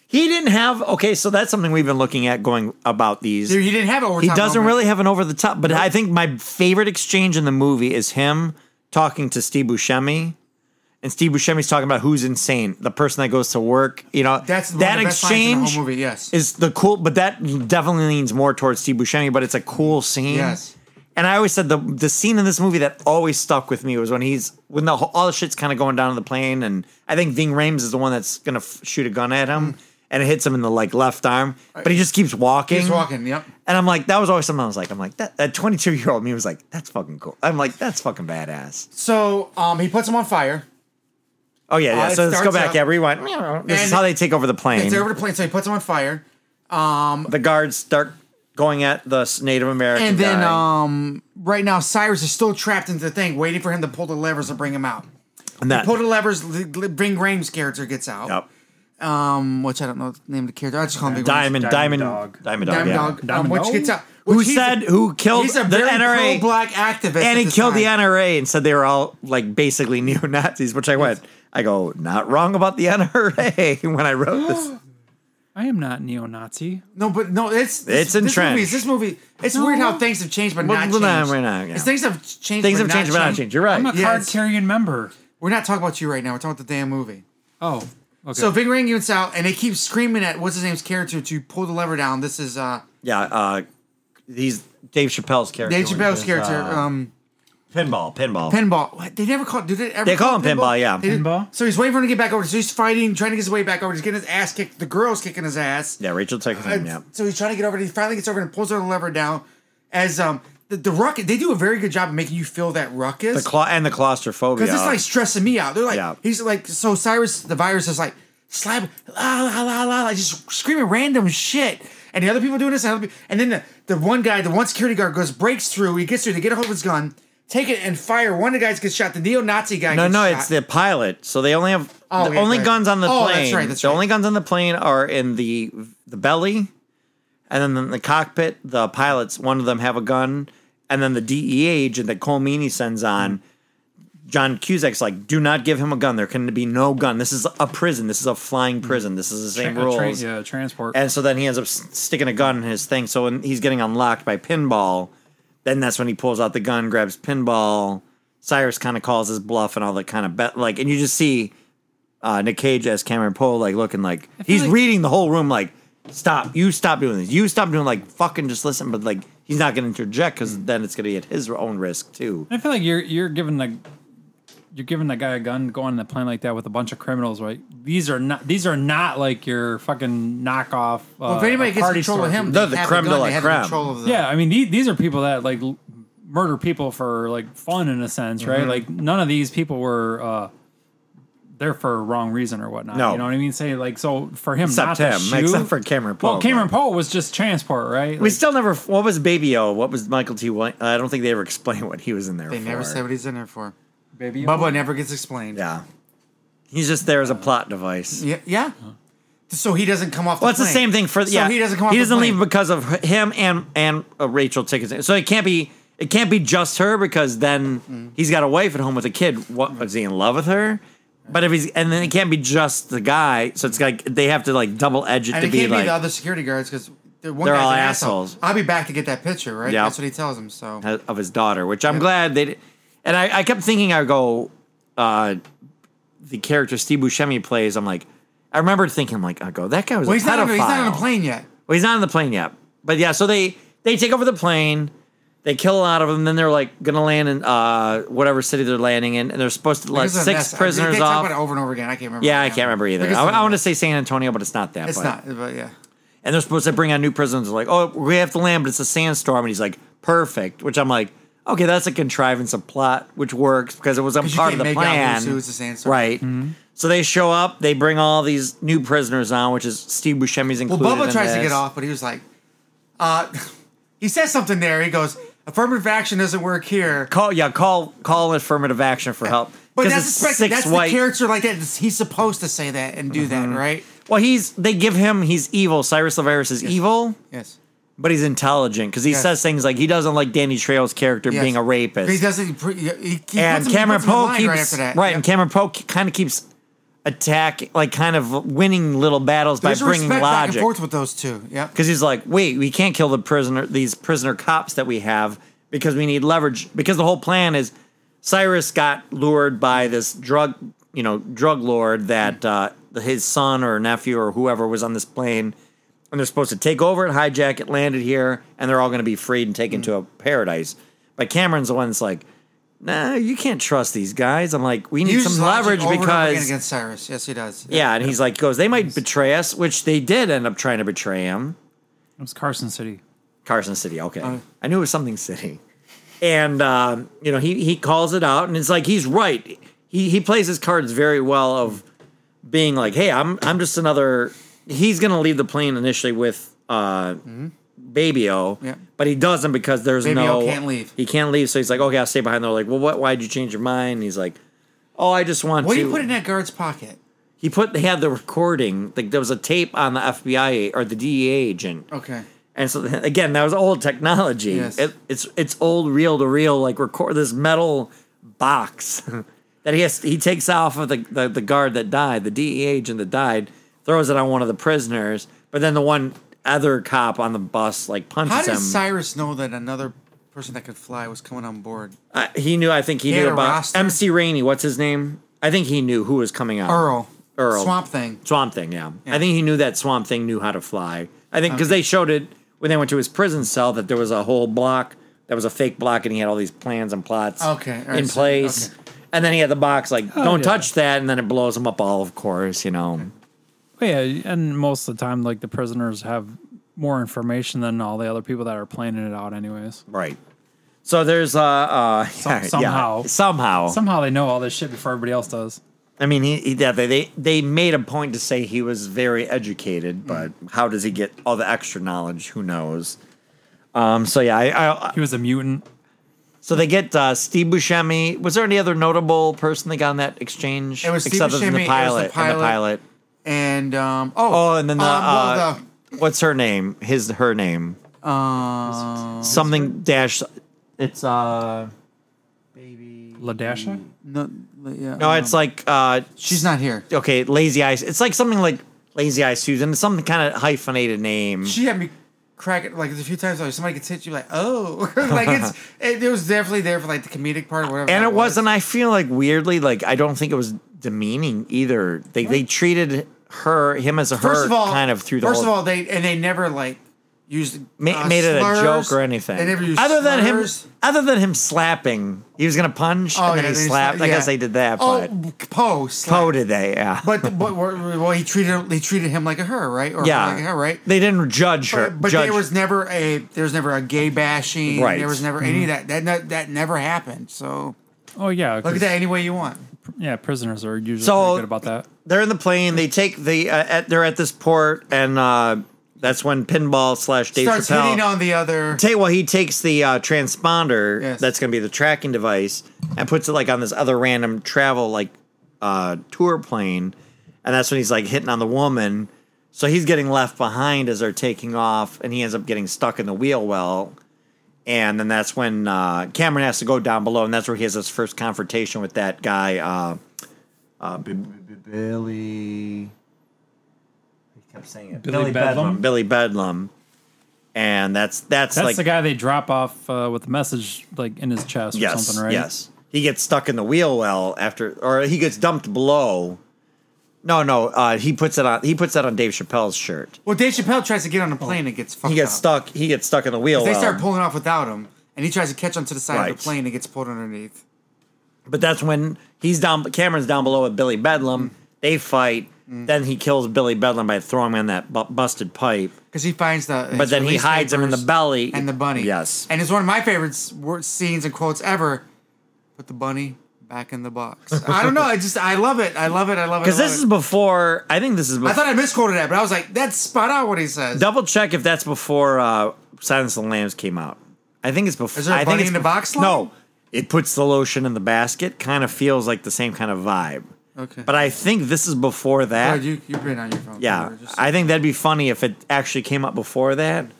Speaker 2: He didn't have. Okay, so that's something we've been looking at going about these.
Speaker 4: Dude, he didn't have it over.
Speaker 2: He
Speaker 4: top
Speaker 2: doesn't
Speaker 4: moment.
Speaker 2: really have an over the top, but I think my favorite exchange in the movie is him talking to Steve Buscemi and Steve Buscemi's talking about who's insane, the person that goes to work. You know,
Speaker 4: That's one
Speaker 2: that
Speaker 4: of the best lines in the whole
Speaker 2: exchange
Speaker 4: movie, yes.
Speaker 2: is the cool, but that definitely leans more towards Steve Buscemi. But it's a cool scene.
Speaker 4: Yes.
Speaker 2: And I always said the the scene in this movie that always stuck with me was when he's when the whole, all the shit's kind of going down to the plane, and I think Ving Rhames is the one that's gonna f- shoot a gun at
Speaker 4: Mm.
Speaker 2: him, and it hits him in the like left arm, but he just keeps walking.
Speaker 4: He's walking. Yep.
Speaker 2: And I'm like, that was always something I was like, I'm like, that, that 22 year old me was like, that's fucking cool. I'm like, that's fucking badass.
Speaker 4: So um, he puts him on fire.
Speaker 2: Oh, yeah, yeah.
Speaker 4: Uh, it
Speaker 2: so let's go
Speaker 4: starts
Speaker 2: back.
Speaker 4: out-
Speaker 2: yeah, rewind. This is
Speaker 4: And-
Speaker 2: how they take over the plane.
Speaker 4: It's over the plane, so he puts him on fire.
Speaker 2: The guards start going at the s- Native American.
Speaker 4: And then
Speaker 2: guy.
Speaker 4: um, right now, Cyrus is still trapped into the thing, waiting for him to pull the levers to bring him out.
Speaker 2: and that,
Speaker 4: Pull the levers, l- l- bring Graham's character gets out.
Speaker 2: yep.
Speaker 4: Um, which I don't know the name of the character. I just call him Big Rams.
Speaker 2: Diamond, Diamond,
Speaker 5: Diamond
Speaker 2: Diamond Dog.
Speaker 5: Dog.
Speaker 2: Diamond Dog.
Speaker 4: Diamond
Speaker 2: yeah.
Speaker 4: Dog. um,
Speaker 5: Diamond
Speaker 4: which
Speaker 5: Dog?
Speaker 4: gets out.
Speaker 2: Who
Speaker 4: which he's-
Speaker 2: said, who killed
Speaker 4: He's a
Speaker 2: the
Speaker 4: very
Speaker 2: NRA?
Speaker 4: pro-black
Speaker 2: and
Speaker 4: activist, at
Speaker 2: he
Speaker 4: this
Speaker 2: killed the
Speaker 4: time.
Speaker 2: NRA and said they were all like basically [LAUGHS] neo Nazis, which I went, I go, not wrong about the NRA [LAUGHS] when I wrote
Speaker 4: [GASPS]
Speaker 2: this.
Speaker 3: I am not neo-Nazi.
Speaker 4: No, but no, it's this,
Speaker 2: It's entrenched.
Speaker 4: This movie, this movie it's weird how things have changed, but
Speaker 2: Well,
Speaker 4: not
Speaker 2: well,
Speaker 4: changed.
Speaker 2: no, we're not, yeah.
Speaker 4: It's things have changed.
Speaker 2: Things
Speaker 4: but
Speaker 2: have changed, but not changed. You're
Speaker 3: I'm a
Speaker 2: right.
Speaker 4: Yeah, it's-
Speaker 3: card-carrying member.
Speaker 4: We're not talking about you right now. We're talking about the damn movie.
Speaker 3: Oh, okay.
Speaker 4: So Big Ring gets out, and they keep screaming at what's his name's character to pull the lever down. This is uh,
Speaker 2: Yeah, uh, he's Dave Chappelle's character.
Speaker 4: Dave
Speaker 2: which
Speaker 4: Chappelle's
Speaker 2: is,
Speaker 4: character.
Speaker 2: uh,
Speaker 4: um,
Speaker 2: pinball, pinball.
Speaker 4: Pinball. What? They never call. Did they ever?
Speaker 2: They call him Pinball, yeah.
Speaker 4: They did-
Speaker 3: Pinball?
Speaker 4: So he's waiting for him to get back over. So he's fighting, trying to get his way back over. He's getting his ass kicked. The girl's kicking his ass.
Speaker 2: yeah, Rachel took
Speaker 4: And
Speaker 2: him. Yeah,
Speaker 4: So he's trying to get over. And he finally gets over and pulls the lever down. As um, the, the ruckus. They do a very good job of making you feel that
Speaker 2: the
Speaker 4: ruckus.
Speaker 2: cla- and the claustrophobia. Uh,
Speaker 4: Because it's like stressing me out. They're like,
Speaker 2: Yeah.
Speaker 4: he's like, so Cyrus, the virus is like, slap, la la la la, la, just screaming random shit. And the other people doing this, and, other people, and then the, the one guy, the one security guard goes, breaks through, he gets through, they get a hold of his gun, take it and fire. One of the guys gets shot, the neo Nazi guy
Speaker 2: no,
Speaker 4: gets
Speaker 2: no,
Speaker 4: shot.
Speaker 2: it's the pilot. So they only have
Speaker 4: Oh,
Speaker 2: the
Speaker 4: yeah,
Speaker 2: only
Speaker 4: right.
Speaker 2: guns on the
Speaker 4: Oh, that's
Speaker 2: plane.
Speaker 4: right, that's
Speaker 2: the
Speaker 4: right.
Speaker 2: only guns on the plane are in the the belly, and then in the cockpit. The pilots, one of them have a gun, and then the DEA agent that Cole Meany sends
Speaker 4: Mm.
Speaker 2: on. John Cusack's like, do not give him a gun. There can be no gun. This is a prison. This is a
Speaker 4: Mm.
Speaker 2: flying prison. This is the
Speaker 3: Tra-
Speaker 2: same
Speaker 3: uh,
Speaker 2: rules.
Speaker 3: tra- yeah, transport.
Speaker 2: And so then he ends up s- sticking a gun in his thing. So when he's getting unlocked by Pinball, then that's when he pulls out the gun, grabs Pinball. Cyrus kind of calls his bluff and all that kind of bet. Like, and you just see uh, Nick Cage as Cameron Poe, like looking like he's
Speaker 3: like-
Speaker 2: reading the whole room, like, stop, you stop doing this, you stop doing, like, fucking just listen. But like, he's not going to interject because then it's going to be at his own risk too.
Speaker 3: I feel like you're you're giving the you're giving the guy a gun going on the plane like that with a bunch of criminals, right? These are not these are not like your fucking knockoff. Uh,
Speaker 4: Well, if anybody
Speaker 3: a
Speaker 4: gets
Speaker 3: party
Speaker 4: control of
Speaker 3: store
Speaker 4: him,
Speaker 2: No,
Speaker 4: they
Speaker 2: the
Speaker 4: have
Speaker 2: creme de
Speaker 4: gun,
Speaker 2: la
Speaker 4: they have the
Speaker 2: creme.
Speaker 4: control of the-
Speaker 3: Yeah, I mean these these are people that like l- murder people for like fun in a sense, right?
Speaker 2: Mm-hmm.
Speaker 3: Like none of these people were uh there for a wrong reason or whatnot.
Speaker 2: No.
Speaker 3: You know what I mean? Say like so for him
Speaker 2: Except
Speaker 3: not to
Speaker 2: him,
Speaker 3: shoot,
Speaker 2: except for Cameron Poe.
Speaker 3: Well, Cameron Poe was just transport, right?
Speaker 2: We
Speaker 3: Like,
Speaker 2: still never. What was Baby O? What was Michael T. White? I don't think they ever [LAUGHS] explained what he was in there.
Speaker 4: They
Speaker 2: for.
Speaker 4: never say what he's in there for.
Speaker 3: baby,
Speaker 4: Bubba never gets explained.
Speaker 2: Yeah. He's just there
Speaker 4: Uh,
Speaker 2: as a plot device.
Speaker 4: Yeah. yeah. So he doesn't come off the
Speaker 2: Well, it's the
Speaker 4: plane.
Speaker 2: same thing for
Speaker 4: so
Speaker 2: yeah.
Speaker 4: he doesn't come off
Speaker 2: He
Speaker 4: the
Speaker 2: doesn't
Speaker 4: plane.
Speaker 2: leave because of h- him and and uh, Rachel tickets. So it can't be it can't be just her because then
Speaker 4: Mm-hmm.
Speaker 2: he's got a wife at home with a kid. What is he in love with her? But if he's and then it can't be just the guy. So it's like they have to like double edge it
Speaker 4: And
Speaker 2: to
Speaker 4: it
Speaker 2: be
Speaker 4: can't
Speaker 2: like
Speaker 4: be the other security guards because they're one
Speaker 2: They're
Speaker 4: guy's
Speaker 2: all
Speaker 4: an asshole.
Speaker 2: assholes.
Speaker 4: I'll be back to get that picture, right?
Speaker 2: Yeah.
Speaker 4: That's what he tells him. So
Speaker 2: of his daughter, which I'm glad they. di- And I, I kept thinking, I go, uh, the character Steve Buscemi plays. I'm like, I remember thinking, I'm like, I go, that guy was
Speaker 4: well,
Speaker 2: a
Speaker 4: he's not, on,
Speaker 2: pedophile.
Speaker 4: he's not on a plane yet.
Speaker 2: Well, he's not on the plane yet. But yeah, so they they take over the plane. They kill a lot of them. Then they're like gonna land in uh, whatever city they're landing in, and they're supposed to let
Speaker 4: This is a
Speaker 2: six
Speaker 4: mess.
Speaker 2: prisoners
Speaker 4: they talk
Speaker 2: off.
Speaker 4: About it over and over again. I can't remember.
Speaker 2: yeah,
Speaker 4: right
Speaker 2: I
Speaker 4: now.
Speaker 2: can't remember either.
Speaker 4: Because
Speaker 2: I,
Speaker 4: it's-
Speaker 2: I want to say San Antonio, but it's not that.
Speaker 4: It's
Speaker 2: but-
Speaker 4: not, but yeah.
Speaker 2: And they're supposed to bring on new prisoners. They're like, oh, we have to land, but it's a sandstorm. And he's like, perfect. Which I'm like, okay, that's a contrivance of plot, which works because it was a
Speaker 4: 'Cause you
Speaker 2: part of
Speaker 4: can't
Speaker 2: the
Speaker 4: make out
Speaker 2: plan.
Speaker 4: who's who, it's a sandstorm. Mm-hmm.
Speaker 2: Right. So they show up. They bring all these new prisoners on, which is Steve Buscemi's
Speaker 4: Well,
Speaker 2: included.
Speaker 4: Bubba
Speaker 2: in
Speaker 4: tries to
Speaker 2: this.
Speaker 4: get off, but he was like, uh, [LAUGHS] he says something there. He goes, "Affirmative action doesn't work here."
Speaker 2: Call yeah, call call affirmative action for help.
Speaker 4: But
Speaker 2: 'Cause
Speaker 4: that's
Speaker 2: it's
Speaker 4: expected.
Speaker 2: six
Speaker 4: That's
Speaker 2: white. Mm-hmm.
Speaker 4: the character like that. He's supposed to say that and do that, right?
Speaker 2: Well, he's they give him he's evil. Cyrus Laveris is evil,
Speaker 4: Yes.
Speaker 2: but he's intelligent because he
Speaker 4: Yes.
Speaker 2: says things like he doesn't like Danny Trejo's character
Speaker 4: Yes.
Speaker 2: being a rapist.
Speaker 4: He doesn't. He, pre- he, he puts him-
Speaker 2: and
Speaker 4: he
Speaker 2: Cameron
Speaker 4: puts him in
Speaker 2: Poe
Speaker 4: line
Speaker 2: keeps
Speaker 4: right
Speaker 2: right,
Speaker 4: after that.
Speaker 2: and
Speaker 4: Yep.
Speaker 2: Cameron Poe kind of keeps attack like kind of winning little battles
Speaker 4: There's
Speaker 2: by bringing
Speaker 4: respect back and
Speaker 2: logic
Speaker 4: forth with those two. Yeah.
Speaker 2: because he's like, wait, we can't kill the prisoner, these prisoner cops that we have because we need leverage. Because the whole plan is Cyrus got lured by this drug you know drug lord that uh, his son or nephew or whoever was on this plane, and they're supposed to take over it, hijack it, land it here, and they're all going to be freed and taken to a paradise. But Cameron's the one that's like, "Nah, you can't trust these guys." I'm like, "We
Speaker 4: He
Speaker 2: need
Speaker 4: uses
Speaker 2: some
Speaker 4: logic
Speaker 2: leverage
Speaker 4: over and over again
Speaker 2: because
Speaker 4: against Cyrus. Yes, he does.
Speaker 2: yeah." And he's like, "Goes, they might betray us," which they did end up trying to betray him.
Speaker 3: It was Carson City.
Speaker 2: Carson City. Okay,
Speaker 4: Uh-huh.
Speaker 2: I knew it was something City, and um, you know he he calls it out, and it's like he's right. He he plays his cards very well of being like, hey, I'm I'm just another. He's gonna leave the plane initially with uh, Baby O,
Speaker 4: Mm-hmm. Yeah.
Speaker 2: but he doesn't because there's
Speaker 4: Baby
Speaker 2: no
Speaker 4: O can't leave.
Speaker 2: He can't leave, so he's like, okay, I'll stay behind. They're like, well, what? Why'd you change your mind? And he's like, oh, I just want
Speaker 4: What
Speaker 2: to.
Speaker 4: do you put in that guard's pocket?
Speaker 2: he put they had the recording. Like there was a tape on the FBI or the DEA agent.
Speaker 4: Okay.
Speaker 2: And so again, that was old technology.
Speaker 4: Yes.
Speaker 2: It, it's it's old reel to reel, like record this metal box [LAUGHS] that he has. He takes off of the, the the guard that died, the DEA agent that died, throws it on one of the prisoners, but then the one other cop on the bus like
Speaker 4: How
Speaker 2: punches
Speaker 4: did
Speaker 2: him.
Speaker 4: Cyrus know that another person that could fly was coming on board?
Speaker 2: Uh, he knew. I think he,
Speaker 4: He had
Speaker 2: knew
Speaker 4: a
Speaker 2: about
Speaker 4: roster?
Speaker 2: MC Rainey. What's his name? I think he knew who was coming out.
Speaker 4: Earl.
Speaker 2: Earl.
Speaker 4: Swamp Thing.
Speaker 2: Swamp Thing, yeah. I think he knew that Swamp Thing knew how to fly. I think because they showed it when they went to his prison cell that there was a whole block that was a fake block and he had all these plans and plots
Speaker 4: Okay, all right,
Speaker 2: in
Speaker 4: so-
Speaker 2: place.
Speaker 4: okay.
Speaker 2: And then he had the box like, don't
Speaker 3: yeah.
Speaker 2: touch that. And then it blows him up all, of course, you know.
Speaker 3: But yeah, and most of the time, like the prisoners have more information than all the other people that are planning it out, anyways.
Speaker 2: Right. So there's, uh, uh, [LAUGHS] yeah,
Speaker 3: somehow.
Speaker 2: somehow.
Speaker 3: Somehow they know all this shit before everybody else does.
Speaker 2: I mean, he, he yeah, they, they they made a point to say he was very educated, but how does he get all the extra knowledge? Who knows? Um, so yeah, I, I
Speaker 3: He was a mutant.
Speaker 2: So they get uh, Steve Buscemi. Was there any other notable person they got in that exchange?
Speaker 4: It was Steve
Speaker 2: Except other than
Speaker 4: Buscemi, it was
Speaker 2: the
Speaker 4: the
Speaker 2: pilot. and the
Speaker 4: pilot.
Speaker 2: pilot.
Speaker 4: And, um, oh.
Speaker 2: Oh, and then the,
Speaker 4: um, well,
Speaker 2: uh, what's her name? His her name.
Speaker 4: the, um,
Speaker 2: Something dash. It's uh. Baby.
Speaker 3: Ladasha?
Speaker 2: Mm.
Speaker 4: no, yeah,
Speaker 2: No, it's like uh.
Speaker 4: she's not here.
Speaker 2: Okay, lazy eyes. It's like something like lazy eye Susan. It's some kind of hyphenated name.
Speaker 4: She had me crack it like a few times. Like somebody gets hit, you like, oh, [LAUGHS]
Speaker 2: [LAUGHS]
Speaker 4: like it's it, it was definitely there for like the comedic part or whatever.
Speaker 2: and
Speaker 4: that
Speaker 2: it wasn't. I feel like weirdly, like I don't think it was demeaning either. They they treated her him as a
Speaker 4: First
Speaker 2: her
Speaker 4: of all,
Speaker 2: kind of through the
Speaker 4: first
Speaker 2: whole
Speaker 4: of all, they and they never like used
Speaker 2: ma-
Speaker 4: uh,
Speaker 2: made it a
Speaker 4: slurs.
Speaker 2: joke or anything.
Speaker 4: They never used
Speaker 2: other than him,
Speaker 4: slurs.
Speaker 2: other than him slapping, he was gonna punch and then he
Speaker 4: they
Speaker 2: slapped.
Speaker 4: sla-
Speaker 2: I guess
Speaker 4: yeah.
Speaker 2: they did that, but
Speaker 4: oh, Poe slapped.
Speaker 2: oh, did they? Yeah,
Speaker 4: But but but- well, he treated they treated him like a her, right? Or
Speaker 2: yeah,
Speaker 4: like a her, right?
Speaker 2: They didn't judge her.
Speaker 4: But, but
Speaker 2: judge.
Speaker 4: there was never a there was never a gay bashing.
Speaker 2: Right. Mm-hmm.
Speaker 4: There was never any of that. That ne- that never happened. So
Speaker 3: Oh, yeah.
Speaker 4: look
Speaker 3: 'cause-
Speaker 4: at that any way you want.
Speaker 3: Yeah, prisoners are usually
Speaker 2: So-
Speaker 3: pretty good about that.
Speaker 2: they're in the plane. They take the uh, at, they're at this port, and uh, that's when pinball slash Dave
Speaker 4: Starts
Speaker 2: Chappelle.
Speaker 4: hitting on the other.
Speaker 2: Tell you what, he takes the uh, transponder
Speaker 4: Yes.
Speaker 2: that's going to be the tracking device and puts it like on this other random travel like uh, tour plane, and that's when he's like hitting on the woman. So he's getting left behind as they're taking off, and he ends up getting stuck in the wheel well. And then that's when uh, Cameron has to go down below, and that's where he has his first confrontation with that guy, uh, uh, B- B- B- Billy. I kept saying it,
Speaker 3: Billy Bedlam?
Speaker 2: Billy Bedlam, and that's that's,
Speaker 3: That's
Speaker 2: like
Speaker 3: the guy they drop off uh, with a message like in his chest or
Speaker 2: yes,
Speaker 3: something, right?
Speaker 2: Yes. He gets stuck in the wheel well after, or he gets dumped below. No, no. Uh, he puts it on. He puts that on Dave Chappelle's shirt.
Speaker 4: Well, Dave Chappelle tries to get on a plane and gets fucked
Speaker 2: Oh. He gets
Speaker 4: up.
Speaker 2: stuck. He gets stuck in the wheel.
Speaker 4: They
Speaker 2: well.
Speaker 4: start pulling off without him, and he tries to catch onto the side
Speaker 2: Right.
Speaker 4: of the plane and gets pulled underneath.
Speaker 2: But that's when he's down. Cameron's down below with Billy Bedlam. They fight.
Speaker 4: Mm.
Speaker 2: Then he kills Billy Bedlam by throwing him in that bu- busted pipe.
Speaker 4: Because he finds the.
Speaker 2: But
Speaker 4: his
Speaker 2: then he
Speaker 4: release
Speaker 2: hides him in the
Speaker 4: papers
Speaker 2: belly.
Speaker 4: And the bunny.
Speaker 2: Yes.
Speaker 4: And it's one of my favorite s- wor- scenes and quotes ever. Put the bunny back in the box. I don't know. I just, I love it. I love it.
Speaker 2: [LAUGHS]
Speaker 4: I love it.
Speaker 2: Because
Speaker 4: I love
Speaker 2: this
Speaker 4: it.
Speaker 2: is before. I think this is. Before,
Speaker 4: I thought I misquoted that, but I was like, that's spot on what he says.
Speaker 2: double check if that's before uh, Silence of the Lambs came out. I think it's before.
Speaker 4: Is there a
Speaker 2: I think
Speaker 4: Bunny
Speaker 2: it's
Speaker 4: in the
Speaker 2: bef-
Speaker 4: Box line?
Speaker 2: No, it puts the lotion in the basket. Kind of feels like the same kind of vibe.
Speaker 4: Okay.
Speaker 2: But I think this is before
Speaker 4: Oh,
Speaker 2: that.
Speaker 4: you, you've been on your phone.
Speaker 2: yeah,
Speaker 4: You're just-
Speaker 2: I think that'd be funny if it actually came up before that. I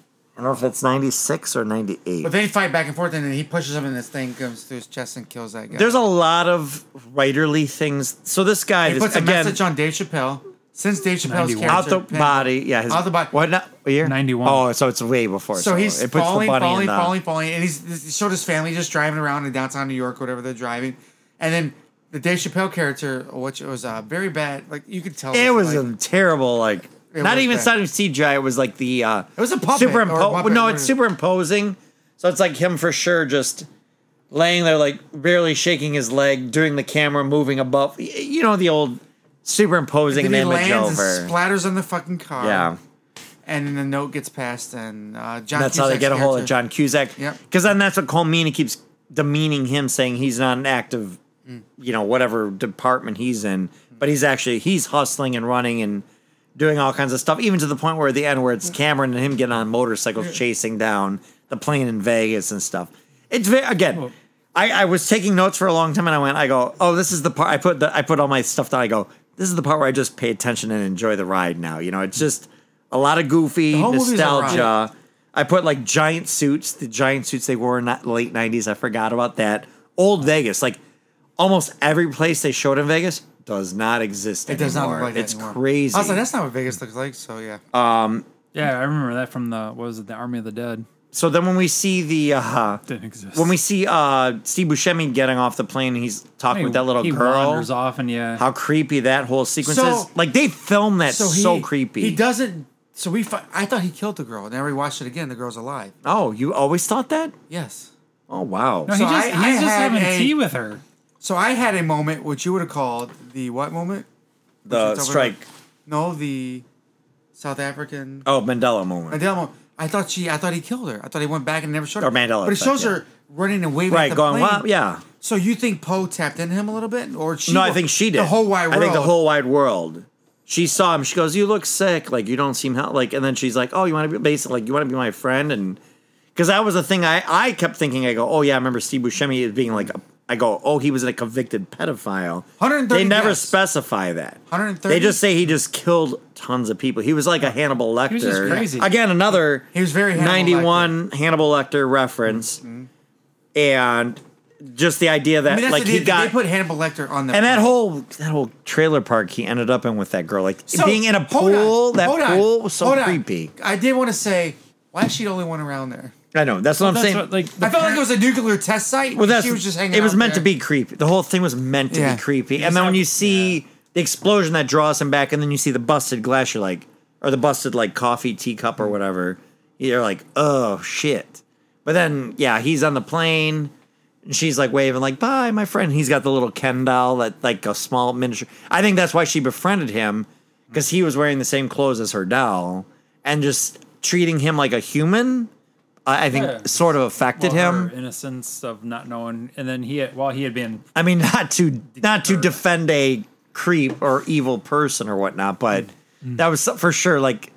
Speaker 2: don't know if that's ninety six or ninety eight.
Speaker 4: but they fight back and forth, and then he pushes him, and this thing comes through his chest and kills that guy.
Speaker 2: There's a lot of writerly things. So this guy,
Speaker 4: he
Speaker 2: this-
Speaker 4: puts a
Speaker 2: again,
Speaker 4: message on Dave Chappelle. Since Dave Chappelle's
Speaker 3: 91.
Speaker 4: character.
Speaker 2: out the
Speaker 4: Penn-
Speaker 2: body. Yeah, his,
Speaker 4: Out the body.
Speaker 2: What not? what year?
Speaker 3: 91.
Speaker 2: Oh, so it's way before.
Speaker 4: So he's
Speaker 2: it puts
Speaker 4: falling,
Speaker 2: the bunny
Speaker 4: falling,
Speaker 2: in the,
Speaker 4: falling, falling, and he's he showed his family just driving around in downtown New York, whatever they're driving, and then the Dave Chappelle character, which was uh, very bad. Like you could tell,
Speaker 2: It was
Speaker 4: like,
Speaker 2: a terrible, like
Speaker 4: It
Speaker 2: not
Speaker 4: was
Speaker 2: even
Speaker 4: bad.
Speaker 2: side of CGI. It was like the uh, it
Speaker 4: was a puppet or a
Speaker 2: superimposed.
Speaker 4: puppet,
Speaker 2: No,
Speaker 4: what
Speaker 2: it's
Speaker 4: is it?
Speaker 2: superimposing. So it's like him for sure, just laying there, like barely shaking his leg, doing the camera moving above. y- You know the old superimposing
Speaker 4: then
Speaker 2: an
Speaker 4: he
Speaker 2: image
Speaker 4: lands
Speaker 2: over.
Speaker 4: and splatters on the fucking car.
Speaker 2: yeah,
Speaker 4: and then the note gets passed, and uh, John.
Speaker 2: that's how they
Speaker 4: Cusack's
Speaker 2: get a hold of
Speaker 4: character-
Speaker 2: John Cusack.
Speaker 4: Yep.
Speaker 2: because then that's what Colmena keeps demeaning him, saying he's not an active,
Speaker 4: Mm.
Speaker 2: you know, whatever department he's in, but he's actually he's hustling and running and doing all kinds of stuff, even to the point where at the end where
Speaker 4: Mm.
Speaker 2: it's Cameron and him getting on motorcycles chasing down the plane in Vegas and stuff. It's very again. I, I was taking notes for a long time and I went, I go, oh, this is the part I put the I put all my stuff down. I go, this is the part where I just pay attention and enjoy the ride now. You know, it's just a lot of goofy
Speaker 4: Mm. whole movie's a ride.
Speaker 2: nostalgia. I put like giant suits, the giant suits they wore in the late nineties. I forgot about that. Old Vegas, like almost every place they showed in Vegas does not exist
Speaker 4: It does not
Speaker 2: anymore.
Speaker 4: look like that
Speaker 2: it's
Speaker 4: anymore.
Speaker 2: crazy. Oh,
Speaker 4: I was like, that's not what Vegas looks like. So yeah,
Speaker 3: Yeah, I remember that from the what was it, the Army of the Dead?
Speaker 2: so then when we see the uh
Speaker 3: Didn't exist.
Speaker 2: when we see uh Steve Buscemi getting off the plane, he's talking
Speaker 3: He-
Speaker 2: with that little
Speaker 3: he
Speaker 2: girl.
Speaker 3: wanders off and yeah,
Speaker 2: How creepy that whole sequence
Speaker 4: So-
Speaker 2: is! Like they filmed that so,
Speaker 4: he,
Speaker 2: creepy.
Speaker 4: He doesn't. So we. Fi- I thought he killed the girl. Now we watched it again. The girl's alive.
Speaker 2: Oh, you always thought that?
Speaker 4: Yes.
Speaker 2: Oh wow!
Speaker 3: no, he
Speaker 4: so
Speaker 3: just,
Speaker 4: I-
Speaker 3: he's
Speaker 4: I
Speaker 3: just
Speaker 4: had
Speaker 3: having
Speaker 4: a-
Speaker 3: tea with her.
Speaker 4: So I had a moment, which you would have called the what moment?
Speaker 2: the
Speaker 4: It's over-
Speaker 2: strike.
Speaker 4: No, the South African.
Speaker 2: Oh, Mandela moment.
Speaker 4: Mandela moment. I thought she. I thought he killed her. I thought he went back and never showed her.
Speaker 2: Or Mandela
Speaker 4: But it
Speaker 2: effect,
Speaker 4: shows
Speaker 2: yeah.
Speaker 4: her running away. Right,
Speaker 2: right,
Speaker 4: the
Speaker 2: going
Speaker 4: plane.
Speaker 2: wow, yeah.
Speaker 4: So you think Poe tapped into him a little bit, or she?
Speaker 2: no, I think she did.
Speaker 4: The whole wide world.
Speaker 2: I think the whole wide world. She saw him. She goes, "You look sick. Like you don't seem hel-. like." And then she's like, "Oh, you want to be basically like you want to be my friend?" And because that was the thing I I kept thinking. I go, "Oh yeah, I remember Steve Buscemi as being like." A, I go, "Oh, he was a convicted pedophile."
Speaker 4: 130
Speaker 2: They never
Speaker 4: deaths.
Speaker 2: specify that.
Speaker 4: 130?
Speaker 2: They just say he just killed tons of people. He was like a Hannibal Lecter.
Speaker 3: was just crazy.
Speaker 2: Again, another
Speaker 4: He was very Hannibal Mm-hmm.
Speaker 2: ninety-one Hannibal Lecter reference, and just the idea that
Speaker 4: I mean, that's
Speaker 2: like
Speaker 4: the,
Speaker 2: he
Speaker 4: they,
Speaker 2: got
Speaker 4: they put Hannibal Lecter on the
Speaker 2: and that whole that whole trailer park he ended up in with that girl, like
Speaker 4: So,
Speaker 2: being in a
Speaker 4: hold on,
Speaker 2: pool. that
Speaker 4: hold on,
Speaker 2: pool was so
Speaker 4: hold on.
Speaker 2: creepy.
Speaker 4: I did want to say, why is she the only one around there?
Speaker 2: I know. That's what I'm
Speaker 3: That's
Speaker 2: saying.
Speaker 3: what, like the
Speaker 4: I felt Oh, like
Speaker 3: parent-
Speaker 4: it was a nuclear test site.
Speaker 2: well, that's
Speaker 4: she was just hanging.
Speaker 2: It was
Speaker 4: out
Speaker 2: meant to
Speaker 4: there.
Speaker 2: be creepy. The whole thing was meant to
Speaker 4: Yeah.
Speaker 2: be creepy.
Speaker 3: just
Speaker 2: And then when
Speaker 3: have-
Speaker 2: you see the explosion that draws him back, and then you see the busted glass, you're like, or the busted like coffee teacup or whatever. You're like, oh shit. But then, yeah, he's on the plane. And she's like waving, like, bye, my friend. He's got the little Ken doll, that, like a small miniature. I think that's why she befriended him, because he was wearing the same clothes as her doll and just treating him like a human. I, I think
Speaker 3: Yeah.
Speaker 2: sort of affected
Speaker 3: well,
Speaker 2: him.
Speaker 3: her innocence of not knowing, and then he had, while he had been
Speaker 2: I mean, not to not to defend a creep or evil person or whatnot, but that was so- for sure. Like,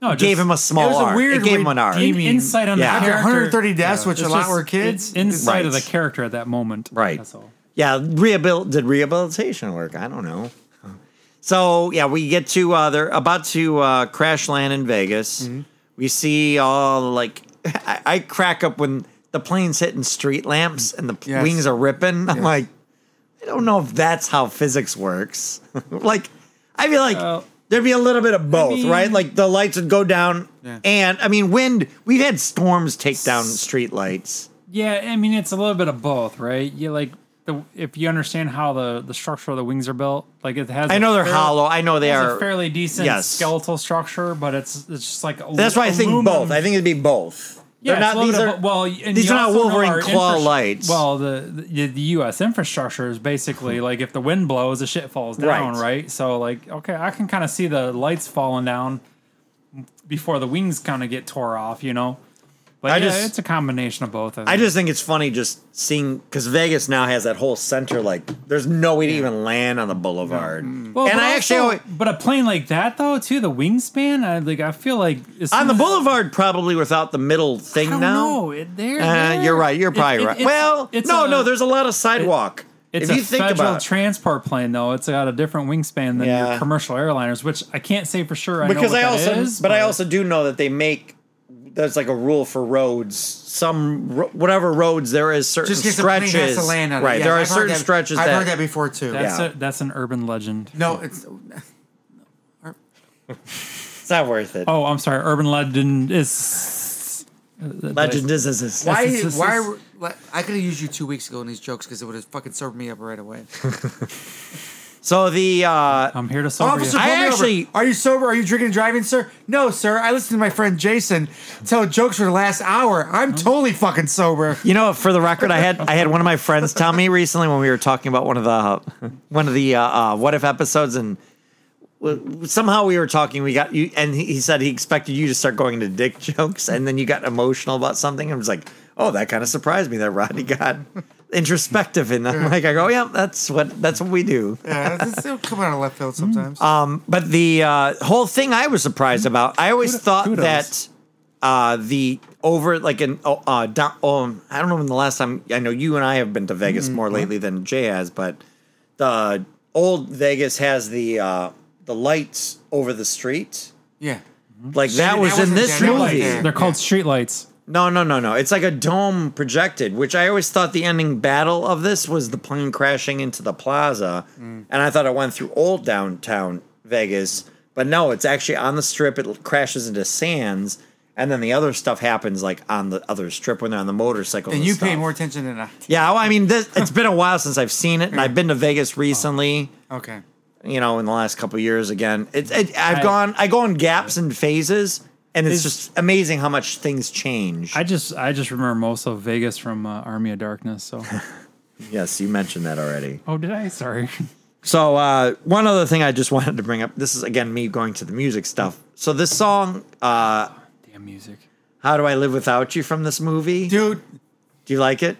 Speaker 3: no just,
Speaker 2: gave him a small
Speaker 4: was a
Speaker 2: R.
Speaker 4: weird
Speaker 2: it gave him an R.
Speaker 3: in,
Speaker 4: redeeming-
Speaker 3: insight on
Speaker 2: Yeah.
Speaker 3: the
Speaker 2: After
Speaker 3: character.
Speaker 4: 130 deaths, which a
Speaker 3: It's
Speaker 4: lot
Speaker 3: just-
Speaker 4: were kids.
Speaker 3: It's insight of the
Speaker 2: Right.
Speaker 3: character at that moment,
Speaker 2: Right.
Speaker 3: That's all.
Speaker 2: Yeah, rehabil- did rehabilitation work? I don't know. So yeah, we get to uh, they're about to uh, crash land in Vegas. We see all like I, I crack up when the plane's hitting street lamps and the p-
Speaker 4: Yes.
Speaker 2: wings are ripping. I'm like, I don't know if that's how physics works. [LAUGHS] like, I feel like
Speaker 3: Well,
Speaker 2: there'd be a little bit of both,
Speaker 3: mean-
Speaker 2: right? Like the lights would go down,
Speaker 4: Yeah.
Speaker 2: and I mean, wind. We've had storms take down street lights.
Speaker 3: Yeah, I mean it's a little bit of both, right? You like the if you understand how the the structure of the wings are built, like it has.
Speaker 2: I
Speaker 3: a
Speaker 2: know they're
Speaker 3: fair-
Speaker 2: hollow. I know they
Speaker 3: It's
Speaker 2: are
Speaker 3: a fairly decent
Speaker 2: yes.
Speaker 3: skeletal structure, but it's it's just like alu-
Speaker 2: That's why I think
Speaker 3: aluminum-
Speaker 2: both. I think it'd be both.
Speaker 3: yeah,
Speaker 2: They're
Speaker 3: it's
Speaker 2: not,
Speaker 3: a little
Speaker 2: these
Speaker 3: bit
Speaker 2: are
Speaker 3: of bo- well, and
Speaker 2: these
Speaker 3: you
Speaker 2: are not
Speaker 3: also know
Speaker 2: Wolverine
Speaker 3: our
Speaker 2: claw
Speaker 3: infra-
Speaker 2: lights. Hmm.
Speaker 3: Well, the, the the U.S. infrastructure is basically like if the wind blows, the shit falls down,
Speaker 2: Right.
Speaker 3: right? So like, okay, I can kind of see the lights falling down before the wings kind of get tore off, you know. But
Speaker 2: I
Speaker 3: yeah,
Speaker 2: just-
Speaker 3: it's a combination of both.
Speaker 2: I just think it's funny just seeing because Vegas now has that whole center. Like, there's no way to even land on the boulevard.
Speaker 3: Mm-hmm. Well,
Speaker 2: and
Speaker 3: but
Speaker 2: I actually,
Speaker 3: also-
Speaker 2: always,
Speaker 3: but a plane like that though, too, the wingspan. I like. I feel like as
Speaker 2: on
Speaker 3: soon
Speaker 2: the
Speaker 3: as-
Speaker 2: boulevard, probably without the middle thing
Speaker 3: I don't
Speaker 2: now.
Speaker 3: know. It, there,
Speaker 2: Uh,
Speaker 3: there-
Speaker 2: you're right. You're
Speaker 3: it-
Speaker 2: probably
Speaker 3: it-
Speaker 2: right.
Speaker 3: it's-
Speaker 2: well,
Speaker 3: it's
Speaker 2: no,
Speaker 3: a-
Speaker 2: no. There's a lot of sidewalk.
Speaker 3: It's
Speaker 2: if
Speaker 3: a
Speaker 2: you think
Speaker 3: federal
Speaker 2: about it.
Speaker 3: transport plane, though. It's got a different wingspan than
Speaker 2: Yeah.
Speaker 3: your commercial airliners, which I can't say for sure. I know
Speaker 2: because
Speaker 3: what
Speaker 2: I
Speaker 3: that
Speaker 2: also,
Speaker 3: is,
Speaker 2: but, I also do know that they make there's like a rule for roads. Some ro- whatever roads there is certain
Speaker 4: Just gets the plane
Speaker 2: stretches.
Speaker 4: has to land on it.
Speaker 2: right,
Speaker 4: Yeah,
Speaker 2: there are
Speaker 4: I've heard
Speaker 2: certain
Speaker 4: that-
Speaker 2: stretches
Speaker 4: I've
Speaker 2: that
Speaker 4: heard that before too.
Speaker 3: that's
Speaker 2: yeah.
Speaker 3: a, that's an urban legend.
Speaker 4: No, it's
Speaker 2: it's not worth it.
Speaker 3: Oh, I'm sorry. Urban legend is
Speaker 2: Legend is, is, is.
Speaker 4: why?
Speaker 3: this is-
Speaker 4: Why?
Speaker 3: this is-
Speaker 4: Like, I could have used you two weeks ago in these jokes because it would have fucking served me up right
Speaker 2: [LAUGHS]
Speaker 4: away.
Speaker 2: So the uh,
Speaker 3: I'm here to solve
Speaker 4: Officer,
Speaker 2: I
Speaker 4: pull me over.
Speaker 2: actually-
Speaker 4: Are you sober? Are you drinking and driving, sir? No, sir. I listened to my friend Jason tell jokes for the last hour. I'm
Speaker 2: Mm-hmm.
Speaker 4: totally fucking sober. [LAUGHS]
Speaker 2: you know for the record, I had I had one of my friends tell me recently when we were talking about one of the one of the uh, uh, what if episodes and w- somehow we were talking we got you and he he said he expected you to start going to dick [LAUGHS] jokes and then you got emotional about something and was like oh that kind of surprised me that rodney got introspective and i'm like i go yeah that's what that's what we do
Speaker 4: Yeah,
Speaker 2: [LAUGHS]
Speaker 4: it's- it'll come out of left field sometimes.
Speaker 2: Um, but the uh, whole thing I was surprised about. I always
Speaker 3: Kudos-
Speaker 2: thought
Speaker 3: kudos.
Speaker 2: that uh, the over like an oh, uh, down, um, I don't know when the last time I know you and I have been to Vegas
Speaker 3: Mm-hmm.
Speaker 2: more
Speaker 3: Uh-huh.
Speaker 2: lately than Jay has, but the old Vegas has the uh, the lights over the street.
Speaker 4: yeah.
Speaker 3: Mm-hmm.
Speaker 2: Like that
Speaker 4: that
Speaker 2: was
Speaker 4: was
Speaker 2: in
Speaker 4: in
Speaker 2: this
Speaker 4: Denver.
Speaker 2: movie.
Speaker 4: Streetlights.
Speaker 3: They're called streetlights.
Speaker 2: No, no, no, no. It's like a dome projected, which I always thought the ending battle of this was the plane crashing into the plaza.
Speaker 4: Mm.
Speaker 2: And I thought it went through old downtown Vegas. But no, it's actually on the strip. It crashes into sands. And then the other stuff happens like on the other strip when they're on the motorcycle.
Speaker 4: And you
Speaker 2: stuff.
Speaker 4: pay more attention than I.
Speaker 2: Yeah, well, I mean,
Speaker 4: [LAUGHS]
Speaker 2: this, it's been a while since I've seen it. And I've been to Vegas
Speaker 4: Oh.
Speaker 2: recently
Speaker 4: Okay.
Speaker 2: you know, in the last couple of years again. It, it, I've
Speaker 3: I-
Speaker 2: gone, I go in gaps and phases, and it's
Speaker 3: Is-
Speaker 2: just amazing how much things change.
Speaker 3: I just I just remember most of Vegas from uh, Army of Darkness. So [LAUGHS]
Speaker 2: yes, you mentioned that already.
Speaker 3: oh, did I? Sorry. [LAUGHS]
Speaker 2: So uh, one other thing I just [LAUGHS] wanted to bring up. This is again me going to the music stuff. So this song, uh,
Speaker 3: Damn music.
Speaker 2: "How Do I Live Without You" from this movie. Do,
Speaker 4: Dude,
Speaker 2: you like it?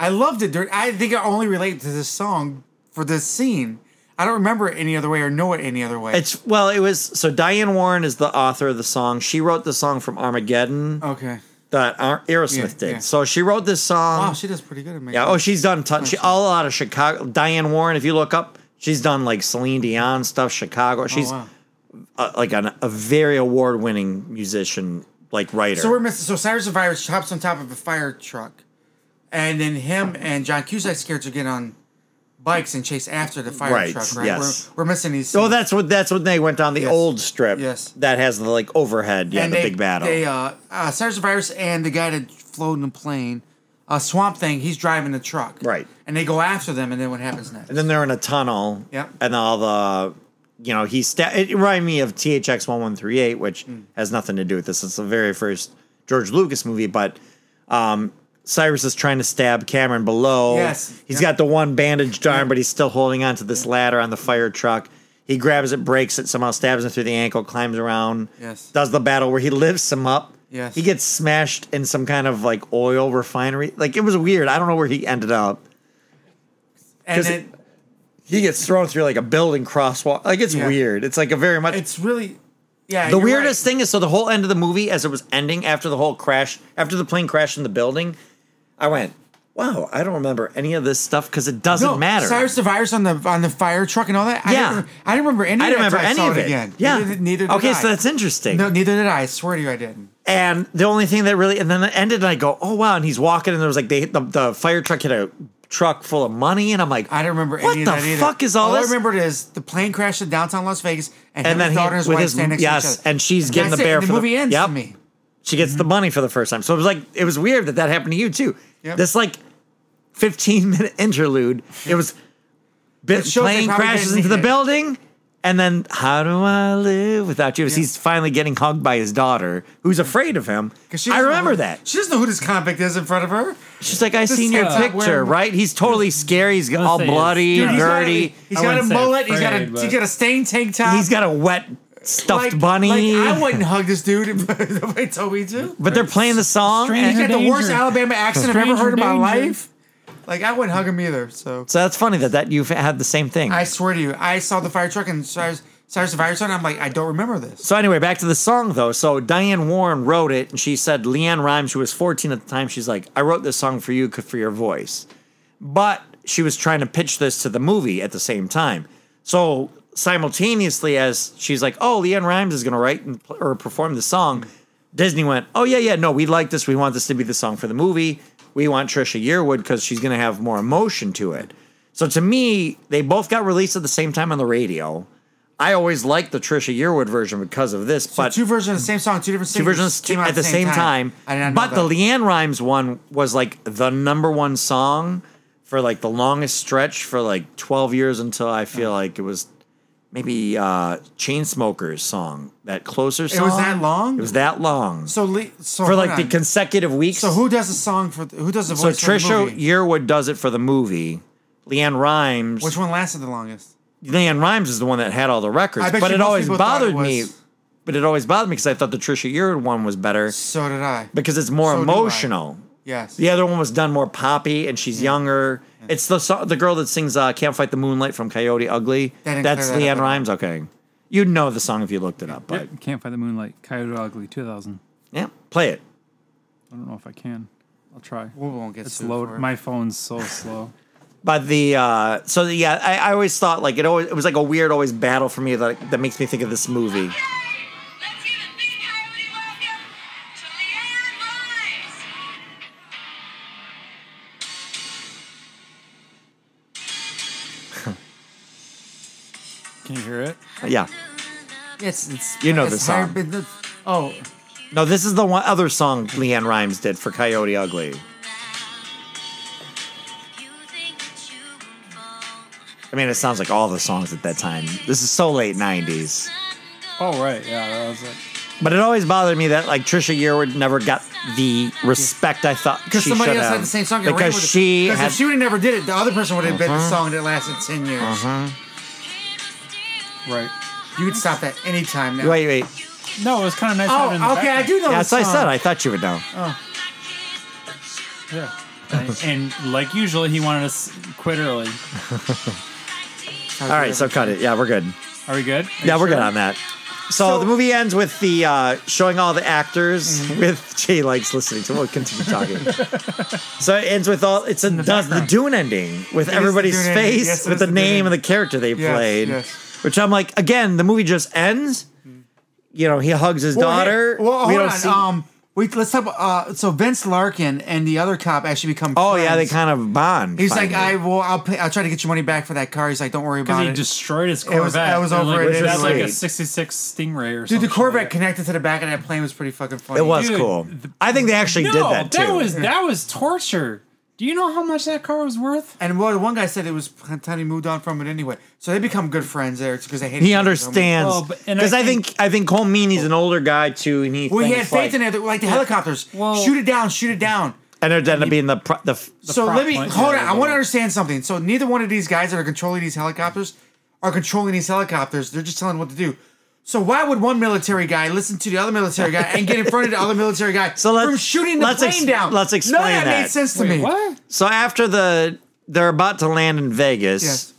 Speaker 4: I loved it, dude. I think I only relate to this song for this scene. I don't remember it any other way or know it any other way.
Speaker 2: It's well, it was so Diane Warren is the author of the song. She wrote the song from Armageddon
Speaker 4: okay.
Speaker 2: that Ar- Aerosmith
Speaker 4: Yeah,
Speaker 2: did.
Speaker 4: yeah.
Speaker 2: So she wrote this song.
Speaker 4: Wow, she does pretty good at making
Speaker 2: Yeah. Oh, she's done ton. She, all out of Chicago. Diane Warren, if you look up, she's done like Celine Dion stuff, Chicago. She's
Speaker 4: Oh, wow.
Speaker 2: uh, like an, a very award winning musician, like writer.
Speaker 4: So we're missing. So Cyrus the Virus hops on top of a fire truck, and then him and John Cusack's character get on bikes and chase after the fire
Speaker 2: Right,
Speaker 4: truck. Right.
Speaker 2: yes.
Speaker 4: We're, we're missing these.
Speaker 2: Oh,
Speaker 4: scenes.
Speaker 2: that's what that's when they went down the
Speaker 4: Yes.
Speaker 2: old strip.
Speaker 4: Yes.
Speaker 2: that has the like overhead. Yeah,
Speaker 4: And
Speaker 2: the
Speaker 4: they-
Speaker 2: big battle.
Speaker 4: They uh, uh, Cyrus the Virus and the guy that flowed in the plane, uh, Swamp Thing. He's driving the truck.
Speaker 2: Right.
Speaker 4: And they go after them, and then what happens next?
Speaker 2: and then they're in a tunnel.
Speaker 4: Yep.
Speaker 2: and all the you know he sta- it reminded me of THX one one three eight, which
Speaker 4: Hmm.
Speaker 2: has nothing to do with this. It's the very first George Lucas movie, but um, Cyrus is trying to stab Cameron below.
Speaker 4: Yes.
Speaker 2: he's
Speaker 4: Yep.
Speaker 2: got the one bandaged arm, but he's still holding on to this ladder on the fire truck. He grabs it, breaks it, somehow stabs him through the ankle, climbs around.
Speaker 4: Yes.
Speaker 2: Does the battle where he lifts him up.
Speaker 4: Yes.
Speaker 2: He gets smashed in some kind of like oil refinery. Like it was weird. I don't know where he ended up.
Speaker 4: and
Speaker 2: 'cause
Speaker 4: then
Speaker 2: He gets thrown through like a building crosswalk. Like it's
Speaker 4: Yeah.
Speaker 2: weird. It's like a very much
Speaker 4: it's really yeah.
Speaker 2: the
Speaker 4: you're right.
Speaker 2: weirdest thing is so the whole end of the movie as it was ending after the whole crash after the plane crashed in the building, I went, "Wow, I don't remember any of this stuff because it doesn't
Speaker 4: No,
Speaker 2: matter."
Speaker 4: Cyrus the Virus on the on the fire truck and all that. I
Speaker 2: Yeah.
Speaker 4: didn't, I didn't remember any.
Speaker 2: I
Speaker 4: of
Speaker 2: didn't
Speaker 4: that
Speaker 2: remember
Speaker 4: till I
Speaker 2: any
Speaker 4: saw
Speaker 2: of it.
Speaker 4: again.
Speaker 2: Yeah,
Speaker 4: Neither, did- neither did
Speaker 2: okay,
Speaker 4: I.
Speaker 2: so that's interesting.
Speaker 4: No, neither did I. I swear to you, I didn't.
Speaker 2: And the only thing that really, and then it ended, and I go, "Oh wow!" And he's walking, and there was like they hit the, the fire truck hit a truck full of money, and I'm like,
Speaker 4: I don't remember
Speaker 2: what
Speaker 4: any
Speaker 2: the
Speaker 4: of that either.
Speaker 2: fuck is all,
Speaker 4: I
Speaker 2: this?"
Speaker 4: remember is the plane crashed in downtown Las Vegas, and,
Speaker 2: And
Speaker 4: him,
Speaker 2: then
Speaker 4: his
Speaker 2: he-
Speaker 4: daughter and his
Speaker 2: with
Speaker 4: wife
Speaker 2: his-
Speaker 4: stand next to
Speaker 2: yes,
Speaker 4: each other.
Speaker 2: and she's getting
Speaker 4: That's
Speaker 2: the
Speaker 4: it,
Speaker 2: bear
Speaker 4: and
Speaker 2: for the-
Speaker 4: movie ends
Speaker 2: yep.
Speaker 4: to me. Mm-hmm.
Speaker 2: she gets the money for the first time. So it was like it was weird that that happened to you too.
Speaker 4: Yep.
Speaker 2: This like 15 minute interlude. It
Speaker 4: [LAUGHS]
Speaker 2: was bit,
Speaker 4: shows they
Speaker 2: plane
Speaker 4: probably
Speaker 2: crashes
Speaker 4: didn't
Speaker 2: into the
Speaker 4: need it.
Speaker 2: building, and then how do I live without you? As He's finally getting hugged by his daughter, who's afraid of him.
Speaker 4: 'Cause she
Speaker 2: I
Speaker 4: doesn't know
Speaker 2: remember
Speaker 4: who-
Speaker 2: that.
Speaker 4: she doesn't know who this convict is in front of her.
Speaker 2: She's like, I seen your
Speaker 4: guy's not
Speaker 2: picture,
Speaker 4: wearing-
Speaker 2: right? He's totally scary. He's all
Speaker 3: say it's-
Speaker 2: bloody,
Speaker 3: Dude,
Speaker 4: He's got a- [LAUGHS]
Speaker 2: dirty.
Speaker 4: He's
Speaker 3: I
Speaker 4: got a
Speaker 3: wouldn't say
Speaker 4: mullet. He's got a
Speaker 3: afraid, but-
Speaker 4: he's got a stained tank top.
Speaker 2: he's got a wet stuffed
Speaker 4: like,
Speaker 2: bunny.
Speaker 4: Like, I wouldn't hug this [LAUGHS] dude, but nobody told me to.
Speaker 2: but they're playing the song.
Speaker 3: Strange
Speaker 2: and-
Speaker 4: He's got the worst
Speaker 3: Danger.
Speaker 4: Alabama accent I've ever
Speaker 3: Stranger
Speaker 4: heard in my
Speaker 3: danger.
Speaker 4: life. Like I wouldn't hug him either. So
Speaker 2: so that's funny that, that you've had the same thing.
Speaker 4: I swear to you, I saw the fire truck and Cyrus, Cyrus the fire truck. And I'm like, I don't remember this.
Speaker 2: So anyway, back to the song though. So Diane Warren wrote it, and she said Leanne Rhymes, who was 14 at the time, she's like, "I wrote this song for you 'cause- for your voice," but she was trying to pitch this to the movie at the same time. So simultaneously, as she's like, "Oh, Leanne Rhymes is going to write and pl- or perform the song," Disney went, "Oh yeah, yeah, no, we like this. We want this to be the song for the movie. We want Trisha Yearwood because she's going to have more emotion to it." So to me, they both got released at the same time on the radio. I always liked the Trisha Yearwood version because of this,
Speaker 4: So
Speaker 2: but
Speaker 4: two versions of the same song, two different
Speaker 2: two
Speaker 4: singers
Speaker 2: versions
Speaker 4: came out
Speaker 2: at the same time.
Speaker 4: I did not know
Speaker 2: but
Speaker 4: that.
Speaker 2: the Leanne Rhymes one was like the number one song for like the longest stretch for like 12 years until I feel like it was maybe uh Chainsmokers song, that closer song.
Speaker 4: that long?
Speaker 2: It was that long.
Speaker 4: so Le- so
Speaker 2: for
Speaker 4: hold
Speaker 2: like the
Speaker 4: on.
Speaker 2: consecutive weeks.
Speaker 4: so who does the song for the, who does the
Speaker 2: So
Speaker 4: voice for the
Speaker 2: Trisha
Speaker 4: movie?
Speaker 2: Yearwood does it for the movie. Leanne Rhymes.
Speaker 4: Which one lasted the longest?
Speaker 2: Leanne Rhymes is the one that had all the records,
Speaker 4: I bet
Speaker 2: but
Speaker 4: you
Speaker 2: it
Speaker 4: most
Speaker 2: always
Speaker 4: people thought it
Speaker 2: bothered me.
Speaker 4: was-
Speaker 2: But it always bothered me because I thought the Trisha Yearwood one was better
Speaker 4: So did I.
Speaker 2: because it's more
Speaker 4: So do I.
Speaker 2: emotional.
Speaker 4: Yes.
Speaker 2: The other one was done more poppy, and she's younger. It's the so- the girl that sings uh, "Can't Fight the Moonlight" from Coyote Ugly.
Speaker 4: didn't
Speaker 2: That's
Speaker 4: clear that
Speaker 2: Leanne
Speaker 4: up at all.
Speaker 2: Rhymes. Okay, you'd know the song if you looked it up, but
Speaker 3: Yep, Can't Find the Moonlight, Coyote Ugly, 2000.
Speaker 2: yeah, play it.
Speaker 3: I don't know if I can. I'll try.
Speaker 4: We won't get
Speaker 3: It's
Speaker 4: sued
Speaker 3: low.
Speaker 4: for it.
Speaker 3: My phone's so slow.
Speaker 2: But the uh, so the, yeah, I, I always thought like it always it was like a weird always battle for me that that makes me think of this movie.
Speaker 5: Let's give a big coyote welcome to Leanne Rhymes.
Speaker 3: Can you hear it?
Speaker 2: Yeah,
Speaker 4: It's, it's
Speaker 2: You know
Speaker 4: it's
Speaker 2: the
Speaker 4: higher
Speaker 2: song.
Speaker 4: bid than- oh,
Speaker 2: no, this is the one other song Leanne Rhymes did for Coyote Ugly. I mean, it sounds like all the songs at that time. This is so late '90s.
Speaker 3: Oh, right. Yeah, that was it.
Speaker 2: But it always bothered me that like Trisha Yearwood never got the respect I thought
Speaker 4: because
Speaker 2: she
Speaker 4: somebody
Speaker 2: should
Speaker 4: else
Speaker 2: have.
Speaker 4: had the same song. You're right
Speaker 2: Because
Speaker 4: with it.
Speaker 2: she
Speaker 4: 'Cause
Speaker 2: had Uh-huh.
Speaker 4: if she would have never did it, the other person would have been the song that lasted ten years.
Speaker 3: Right.
Speaker 4: You would stop that any time now.
Speaker 2: wait wait.
Speaker 3: No, it was kind of nice. having it in the
Speaker 4: Oh, okay, I
Speaker 3: background.
Speaker 4: do know.
Speaker 2: Yeah,
Speaker 4: this
Speaker 2: that's what I
Speaker 4: song.
Speaker 2: said. I thought you would know.
Speaker 3: Yeah. And, and like usually, he wanted us quit early.
Speaker 4: All
Speaker 2: All right, so cut it. Yeah, we're good.
Speaker 3: Are we good? Are
Speaker 2: Yeah,
Speaker 3: you
Speaker 2: we're
Speaker 3: sure?
Speaker 2: good on that. So,
Speaker 4: So-
Speaker 2: the movie ends with the uh, showing all the actors
Speaker 4: Mm-hmm.
Speaker 2: with [LAUGHS] Jay likes listening to. We'll continue
Speaker 4: [LAUGHS]
Speaker 2: talking. so it ends with all it's a does the
Speaker 4: background.
Speaker 2: Dune ending with everybody's
Speaker 4: Dune ending.
Speaker 2: face
Speaker 4: Yes, it
Speaker 2: with
Speaker 4: is
Speaker 2: the,
Speaker 4: the Dune
Speaker 2: name and
Speaker 4: ending.
Speaker 2: the character they
Speaker 4: Yes,
Speaker 2: played.
Speaker 4: yes. Mm.
Speaker 2: Which I'm like, again, the movie just ends. You know, he hugs his
Speaker 4: Well, hey,
Speaker 2: daughter.
Speaker 4: well, hold
Speaker 2: we don't
Speaker 4: on.
Speaker 2: see.
Speaker 4: Um, we let's talk. about- Uh, so Vince Larkin and the other cop actually become.
Speaker 2: oh
Speaker 4: friends.
Speaker 2: yeah, they kind of bond.
Speaker 4: He's
Speaker 2: finally.
Speaker 4: like, I will. I'll pay. I'll try to get your money back for that car. He's like, don't worry about
Speaker 3: Because he
Speaker 4: it.
Speaker 3: destroyed his Corvette.
Speaker 4: It was- I was
Speaker 3: And,
Speaker 4: over
Speaker 3: like,
Speaker 4: it. It
Speaker 3: that's
Speaker 4: was
Speaker 3: like a
Speaker 2: late.
Speaker 3: 66 Stingray or
Speaker 4: Dude,
Speaker 3: something.
Speaker 4: the Corvette connected to the back of that plane was pretty fucking funny.
Speaker 2: It was
Speaker 3: Dude,
Speaker 2: cool.
Speaker 3: the-
Speaker 2: I think they actually
Speaker 3: No,
Speaker 2: did that too.
Speaker 3: was that was torture. Do you know how much that car was worth?
Speaker 4: And what one guy said it was by the time he moved on from it anyway. So they become good friends there because they hate.
Speaker 2: he understands
Speaker 4: Oh,
Speaker 3: Well, but- and I
Speaker 2: because I
Speaker 3: think-
Speaker 2: think I think Cole Meany's an older guy too, and he
Speaker 4: Well, he had
Speaker 2: thinks,
Speaker 4: faith
Speaker 2: like-
Speaker 4: in it, like the helicopters.
Speaker 3: Well-
Speaker 4: shoot it down, shoot it down.
Speaker 2: and it ended up being the pro- the, f- the
Speaker 4: so
Speaker 3: prop
Speaker 4: let me
Speaker 3: point,
Speaker 4: hold
Speaker 3: yeah,
Speaker 4: on.
Speaker 3: the-
Speaker 4: I want to understand something. So neither one of these guys that are controlling these helicopters are controlling these helicopters. They're just telling what to do. So why would one military guy listen to the other military guy and get in front of the other military guy
Speaker 2: [LAUGHS] So let's-
Speaker 4: from shooting the
Speaker 2: let's
Speaker 4: plane
Speaker 2: ex-
Speaker 4: down?
Speaker 2: let's
Speaker 4: None
Speaker 2: explain
Speaker 4: of that,
Speaker 2: that.
Speaker 4: made sense to me.
Speaker 3: What?
Speaker 2: So after the they're about to land in Vegas,
Speaker 4: Yes.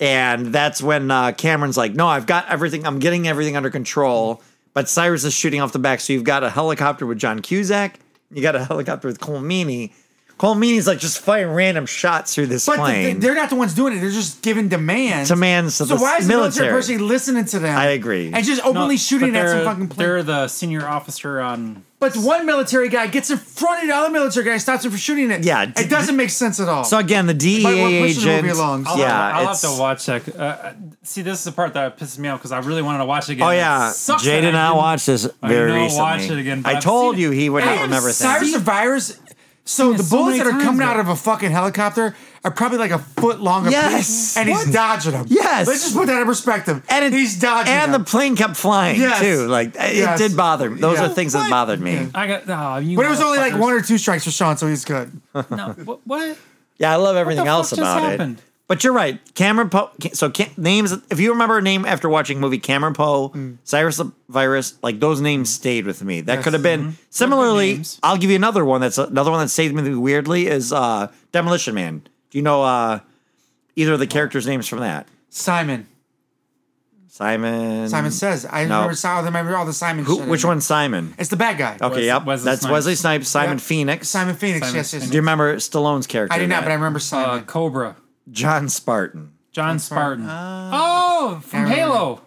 Speaker 2: and that's when uh, Cameron's like, "No, I've got everything. I'm getting everything under control." But Cyrus is shooting off the back, so you've got a helicopter with John Cusack. You got a helicopter with Cole Meany. Cole Meany's like just firing random shots through this
Speaker 4: But th-
Speaker 2: plane.
Speaker 4: they're not the ones doing it. They're just giving demands.
Speaker 2: Demands to
Speaker 4: So
Speaker 2: the
Speaker 4: why is the military
Speaker 2: military.
Speaker 4: person listening to them?
Speaker 2: I agree.
Speaker 4: And just openly shooting at some fucking plane.
Speaker 3: They're the senior officer on.
Speaker 4: But one military guy gets in front of the other military guy, stops him from shooting it.
Speaker 2: Yeah, d-
Speaker 4: it doesn't make sense at all.
Speaker 2: so again, the DEA
Speaker 4: Might wanna push the movie
Speaker 2: agent.
Speaker 4: along. I'll
Speaker 3: I'll
Speaker 2: yeah,
Speaker 3: have, I'll have
Speaker 2: it's-
Speaker 3: to watch that. Uh, see, this is the part that pisses me off because I really wanted to watch it again.
Speaker 2: Oh
Speaker 3: It
Speaker 2: yeah,
Speaker 3: sucks
Speaker 2: Jay
Speaker 3: that
Speaker 2: did
Speaker 3: I
Speaker 2: not
Speaker 3: didn't.
Speaker 2: watch this very
Speaker 3: know,
Speaker 2: recently.
Speaker 3: watch it again, but
Speaker 2: I
Speaker 3: I've
Speaker 2: told
Speaker 3: seen
Speaker 2: you
Speaker 3: it.
Speaker 2: he would
Speaker 4: Hey,
Speaker 2: not remember
Speaker 4: Cyrus
Speaker 2: things.
Speaker 4: the virus. So
Speaker 3: Yeah,
Speaker 4: the
Speaker 3: so
Speaker 4: bullets
Speaker 3: many
Speaker 4: that are
Speaker 3: times,
Speaker 4: coming out
Speaker 3: but-
Speaker 4: of a fucking helicopter are probably like a foot long.
Speaker 2: Yes.
Speaker 4: and he's dodging them.
Speaker 2: Yes.
Speaker 4: let's just put that in perspective.
Speaker 2: it-
Speaker 4: he's dodging.
Speaker 2: and
Speaker 4: them.
Speaker 2: the plane kept flying
Speaker 4: Yes.
Speaker 2: too. Like it
Speaker 4: Yes.
Speaker 2: did bother me. Those
Speaker 4: Yeah.
Speaker 2: are things that bothered me.
Speaker 3: I got. Oh, you
Speaker 4: but it was only like
Speaker 3: motherfuckers.
Speaker 4: one or two strikes for Sean, so he's good.
Speaker 3: No,
Speaker 4: [LAUGHS]
Speaker 3: what? what?
Speaker 2: Yeah, I love everything
Speaker 3: fuck
Speaker 2: else
Speaker 3: just
Speaker 2: about
Speaker 3: happened?
Speaker 2: it. But you're right, Cameron Poe. So Cam, names, if you remember a name after watching movie Cameron Poe,
Speaker 4: Mm.
Speaker 2: Cyrus the Virus, like those names
Speaker 4: Mm-hmm.
Speaker 2: stayed with me. That could have been similarly.
Speaker 3: names.
Speaker 2: I'll give you another one. That's another one that stayed with me weirdly is uh, Demolition Man. Do you know uh, either of the characters' names from that?
Speaker 4: Simon.
Speaker 2: Simon.
Speaker 4: Simon says. I
Speaker 2: Mm. No.
Speaker 4: remember. I remember all the Simon.
Speaker 2: Who,
Speaker 4: shit.
Speaker 2: which one's Simon?
Speaker 4: It's the bad guy.
Speaker 2: Okay,
Speaker 3: Wes-
Speaker 2: yep.
Speaker 3: Wesley
Speaker 2: That's
Speaker 3: Snipes.
Speaker 2: Wesley Snipes, Simon
Speaker 4: Yep.
Speaker 2: Phoenix.
Speaker 4: Simon Phoenix.
Speaker 3: Simon
Speaker 4: yes, yes.
Speaker 2: Do
Speaker 4: yes.
Speaker 2: you remember Stallone's character?
Speaker 4: I did
Speaker 2: in
Speaker 4: not,
Speaker 2: that?
Speaker 4: but I remember
Speaker 3: Uh,
Speaker 4: Simon.
Speaker 3: Cobra,
Speaker 2: John Spartan.
Speaker 3: John Spartan.
Speaker 4: Uh,
Speaker 3: oh, from Halo.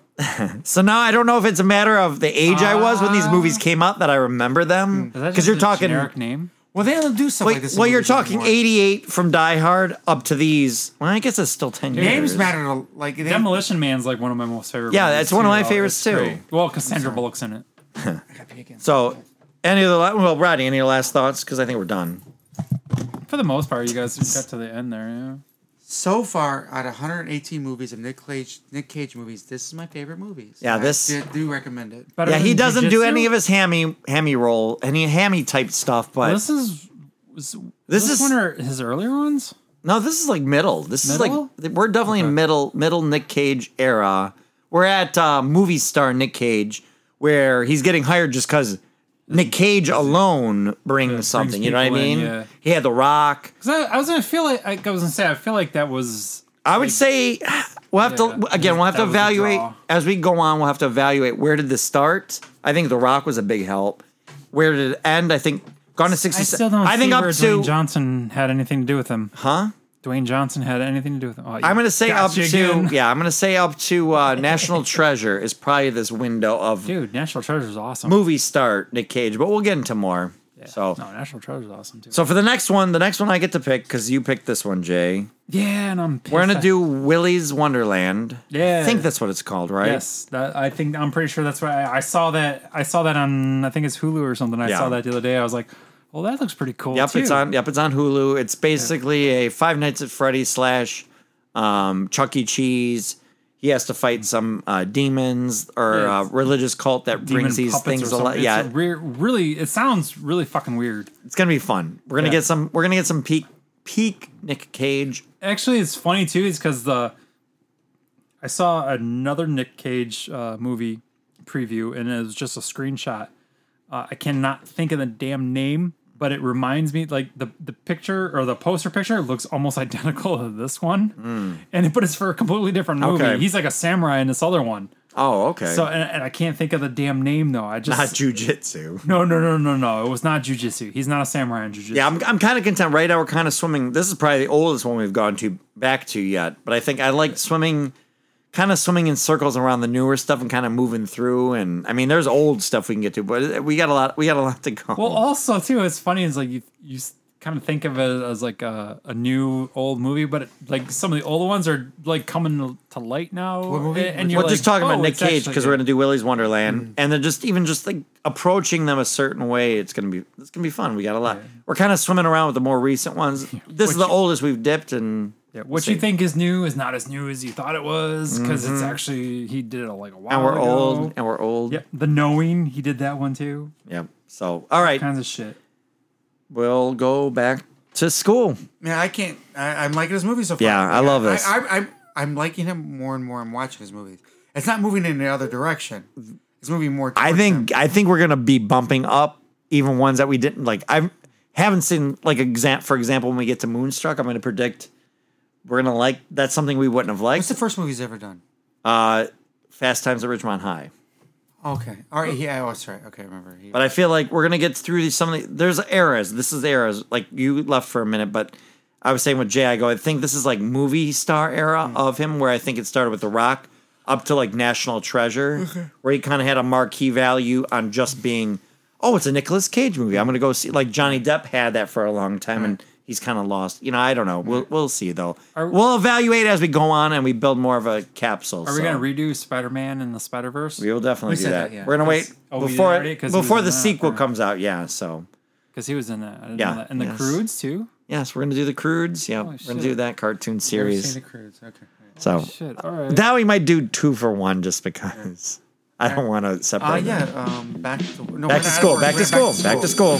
Speaker 2: So now I don't know if it's a Ah. matter of the age I was when these movies came out that I remember them.
Speaker 3: Is that
Speaker 2: Because
Speaker 3: just
Speaker 2: you're
Speaker 3: a
Speaker 2: talking
Speaker 3: generic name.
Speaker 4: Well, they don't do stuff like,
Speaker 2: Wait,
Speaker 4: this. in
Speaker 2: well, you're
Speaker 4: movies
Speaker 2: talking
Speaker 4: anymore.
Speaker 2: 88 from Die Hard up to these. Well, I guess it's still 10 years.
Speaker 4: Names matter. to- Like they,
Speaker 3: Demolition Man's like one of my most favorite.
Speaker 2: Yeah,
Speaker 3: movies,
Speaker 2: that's one of
Speaker 3: too,
Speaker 2: my
Speaker 3: though.
Speaker 2: favorites
Speaker 3: It's
Speaker 2: too.
Speaker 3: great. Well, Cassandra Bullock's in it.
Speaker 2: So, any of the la- well, Rodney, any last thoughts? Because I think we're done.
Speaker 3: For the most part, you guys got to the end there. Yeah.
Speaker 4: So far, out of 118 movies of Nick Cage, Nick Cage movies, this is my favorite movies.
Speaker 2: Yeah,
Speaker 4: I
Speaker 2: this-
Speaker 4: do, do recommend it.
Speaker 3: Better
Speaker 2: yeah, he
Speaker 3: than
Speaker 2: doesn't do
Speaker 3: jujitsu?
Speaker 2: any of his hammy hammy roll, any hammy type stuff. But
Speaker 3: This is. Was,
Speaker 2: This
Speaker 3: this,
Speaker 2: is-
Speaker 3: is one or his earlier ones.
Speaker 2: no, this is like middle. This
Speaker 3: Middle?
Speaker 2: is like we're definitely in middle middle Nick Cage era. We're at uh, movie star Nick Cage, where he's getting hired just because Nick Cage alone brings something. you know what I
Speaker 3: people in,
Speaker 2: mean?
Speaker 3: yeah.
Speaker 2: He had The Rock.
Speaker 3: 'Cause I, I was gonna feel like, like I was gonna say I feel like that was
Speaker 2: I would say we'll have
Speaker 3: Yeah,
Speaker 2: to again. We'll have to
Speaker 3: that was a
Speaker 2: evaluate
Speaker 3: draw.
Speaker 2: as we go on. We'll have to evaluate where did this start. I think The Rock was a big help. Where did it end? I think gone to sixty.
Speaker 3: I still don't.
Speaker 2: I think
Speaker 3: see
Speaker 2: up
Speaker 3: where
Speaker 2: to
Speaker 3: Dwayne Johnson had anything to do with him.
Speaker 2: huh?
Speaker 3: Dwayne Johnson had anything to do with him. Oh,
Speaker 2: I'm gonna say up
Speaker 3: gotcha
Speaker 2: to
Speaker 3: again.
Speaker 2: [LAUGHS] yeah. I'm gonna say up to
Speaker 3: [LAUGHS]
Speaker 2: uh, National Treasure is probably this window of
Speaker 3: dude. National Treasure's awesome.
Speaker 2: movie start Nick Cage, but we'll get into more. So
Speaker 3: no, National Treasure's awesome too.
Speaker 2: so for the next one, the next one I get to pick because you picked this one, Jay.
Speaker 3: yeah, and I'm.
Speaker 2: We're gonna
Speaker 3: pissed.
Speaker 2: do Willy's Wonderland. I
Speaker 3: Yeah.
Speaker 2: think that's what it's called, right?
Speaker 3: Yes, that, I think I'm pretty sure that's why I, I saw that. I saw that on I think it's Hulu or something. I
Speaker 2: Yeah.
Speaker 3: saw that the other day. I was like, "Well, that looks pretty cool."
Speaker 2: Yep, it's
Speaker 3: too.
Speaker 2: on. Yep, it's on Hulu. It's basically a Five Nights at Freddy's slash um, Chuck E. Cheese. He has to fight some uh, demons or
Speaker 3: Yeah,
Speaker 2: uh,
Speaker 3: it's-
Speaker 2: religious cult that
Speaker 3: Demon
Speaker 2: brings these
Speaker 3: puppets
Speaker 2: things
Speaker 3: or
Speaker 2: a lot.
Speaker 3: something.
Speaker 2: Yeah,
Speaker 3: it's a re- really. It sounds really fucking weird.
Speaker 2: it's gonna be fun. We're gonna
Speaker 3: Yeah.
Speaker 2: get some. We're gonna get some peak peak Nick Cage.
Speaker 3: Actually, it's funny too. Is because the I saw another Nick Cage uh, movie preview, and it was just a screenshot. Uh, I cannot think of the damn name, but it reminds me like the the picture or the poster picture looks almost [LAUGHS] identical to this one, and but it's for a completely different movie.
Speaker 2: Hmm. Okay.
Speaker 3: He's like a samurai in this other one.
Speaker 2: Oh, okay.
Speaker 3: So and, and I can't think of the damn name though. I
Speaker 2: [LAUGHS]
Speaker 3: just
Speaker 2: not jujitsu.
Speaker 3: no no no no no. It was not jujitsu. He's not a samurai in jujitsu.
Speaker 2: Yeah, I'm, I'm kind of content. Right now, we're kind of swimming. This is probably the oldest one we've gone to back to yet, but I think I like swimming, kind of swimming in circles around the newer stuff and kind of moving through. And I mean, there's old stuff we can get to, but we got a lot. We got a lot to go.
Speaker 3: Well, also too, it's funny. Is like you you kind of think of it as like a, a new old movie, but it, like some of the older ones are like coming to light now. What
Speaker 4: movie?
Speaker 3: And
Speaker 2: we're
Speaker 3: you're
Speaker 2: just
Speaker 3: like,
Speaker 2: talking about
Speaker 3: "Oh,
Speaker 2: Nick
Speaker 3: it's
Speaker 2: Cage
Speaker 3: actually
Speaker 2: because we're
Speaker 3: good."
Speaker 2: gonna do Willy's Wonderland,
Speaker 3: Mm-hmm.
Speaker 2: and then just even just like approaching them a certain way, it's gonna be it's gonna be fun. We got a lot. We're kind of swimming around with the more recent ones. This is the oldest we've dipped, and
Speaker 3: Yeah, what you think is new is not as new as you thought it was because it's actually he did it like a
Speaker 2: Mm-hmm.
Speaker 3: while
Speaker 2: and we're
Speaker 3: ago.
Speaker 2: old, and we're old.
Speaker 3: Yep, the knowing he did that one too.
Speaker 2: Yep. So, all right,
Speaker 3: Kinds of shit.
Speaker 2: we'll go back to school.
Speaker 4: Man, I can't. I, I'm liking his movies so far.
Speaker 2: Yeah, I love this.
Speaker 4: I, I, I'm I'm liking him more and more. I'm watching his movies. It's not moving in the other direction. It's moving more.
Speaker 2: I
Speaker 4: towards
Speaker 2: think
Speaker 4: him.
Speaker 2: I think we're gonna be bumping up even ones that we didn't like. I haven't seen like exam for example when we get to Moonstruck. I'm gonna predict we're gonna like that's something we wouldn't have
Speaker 4: What's
Speaker 2: liked.
Speaker 4: the first movie he's ever done?
Speaker 2: Uh, Fast Times at Ridgemont High.
Speaker 4: Okay. All right. Yeah. Oh, sorry. Okay. I remember. He,
Speaker 2: But I feel like we're gonna get through these. Some of the, there's eras. This is eras. Like you left for a minute, but I was saying with Jay, I go. I think this is like movie star era
Speaker 3: Mm.
Speaker 2: of him, where I think it started with The Rock up to like National Treasure,
Speaker 3: Mm-hmm.
Speaker 2: where he kind of had a marquee value on just being. Oh, it's a Nicolas Cage movie. I'm gonna go see. Like Johnny Depp had that for a long time, and he's kind of lost. You know, I don't know. We'll we'll see though.
Speaker 3: Are-
Speaker 2: we'll evaluate as we go on, and we build more of a capsule.
Speaker 3: Are we gonna redo Spider Man and the Spider Verse?
Speaker 2: We will definitely
Speaker 4: We
Speaker 2: do
Speaker 4: said
Speaker 2: that.
Speaker 4: that, yeah.
Speaker 2: We're gonna wait
Speaker 3: Oh, we did
Speaker 2: before
Speaker 3: already? 'Cause he was
Speaker 2: before
Speaker 3: in
Speaker 2: the
Speaker 3: that,
Speaker 2: sequel
Speaker 3: alright.
Speaker 2: comes out. Yeah, so
Speaker 3: Because he was in that. I didn't
Speaker 2: Yeah,
Speaker 3: know that. And the
Speaker 2: yes.
Speaker 3: Crudes too.
Speaker 2: yes, we're gonna do the Crudes. Yeah, we're gonna
Speaker 3: shit.
Speaker 2: do that cartoon
Speaker 4: Never seen
Speaker 2: series.
Speaker 4: the Croods. Okay.
Speaker 2: So
Speaker 3: Shit. All right.
Speaker 2: that we might do two for one just because I don't want to separate.
Speaker 4: Uh,
Speaker 2: them.
Speaker 4: yeah. Um, back to, no,
Speaker 2: Back to school. Back to school. Back to school.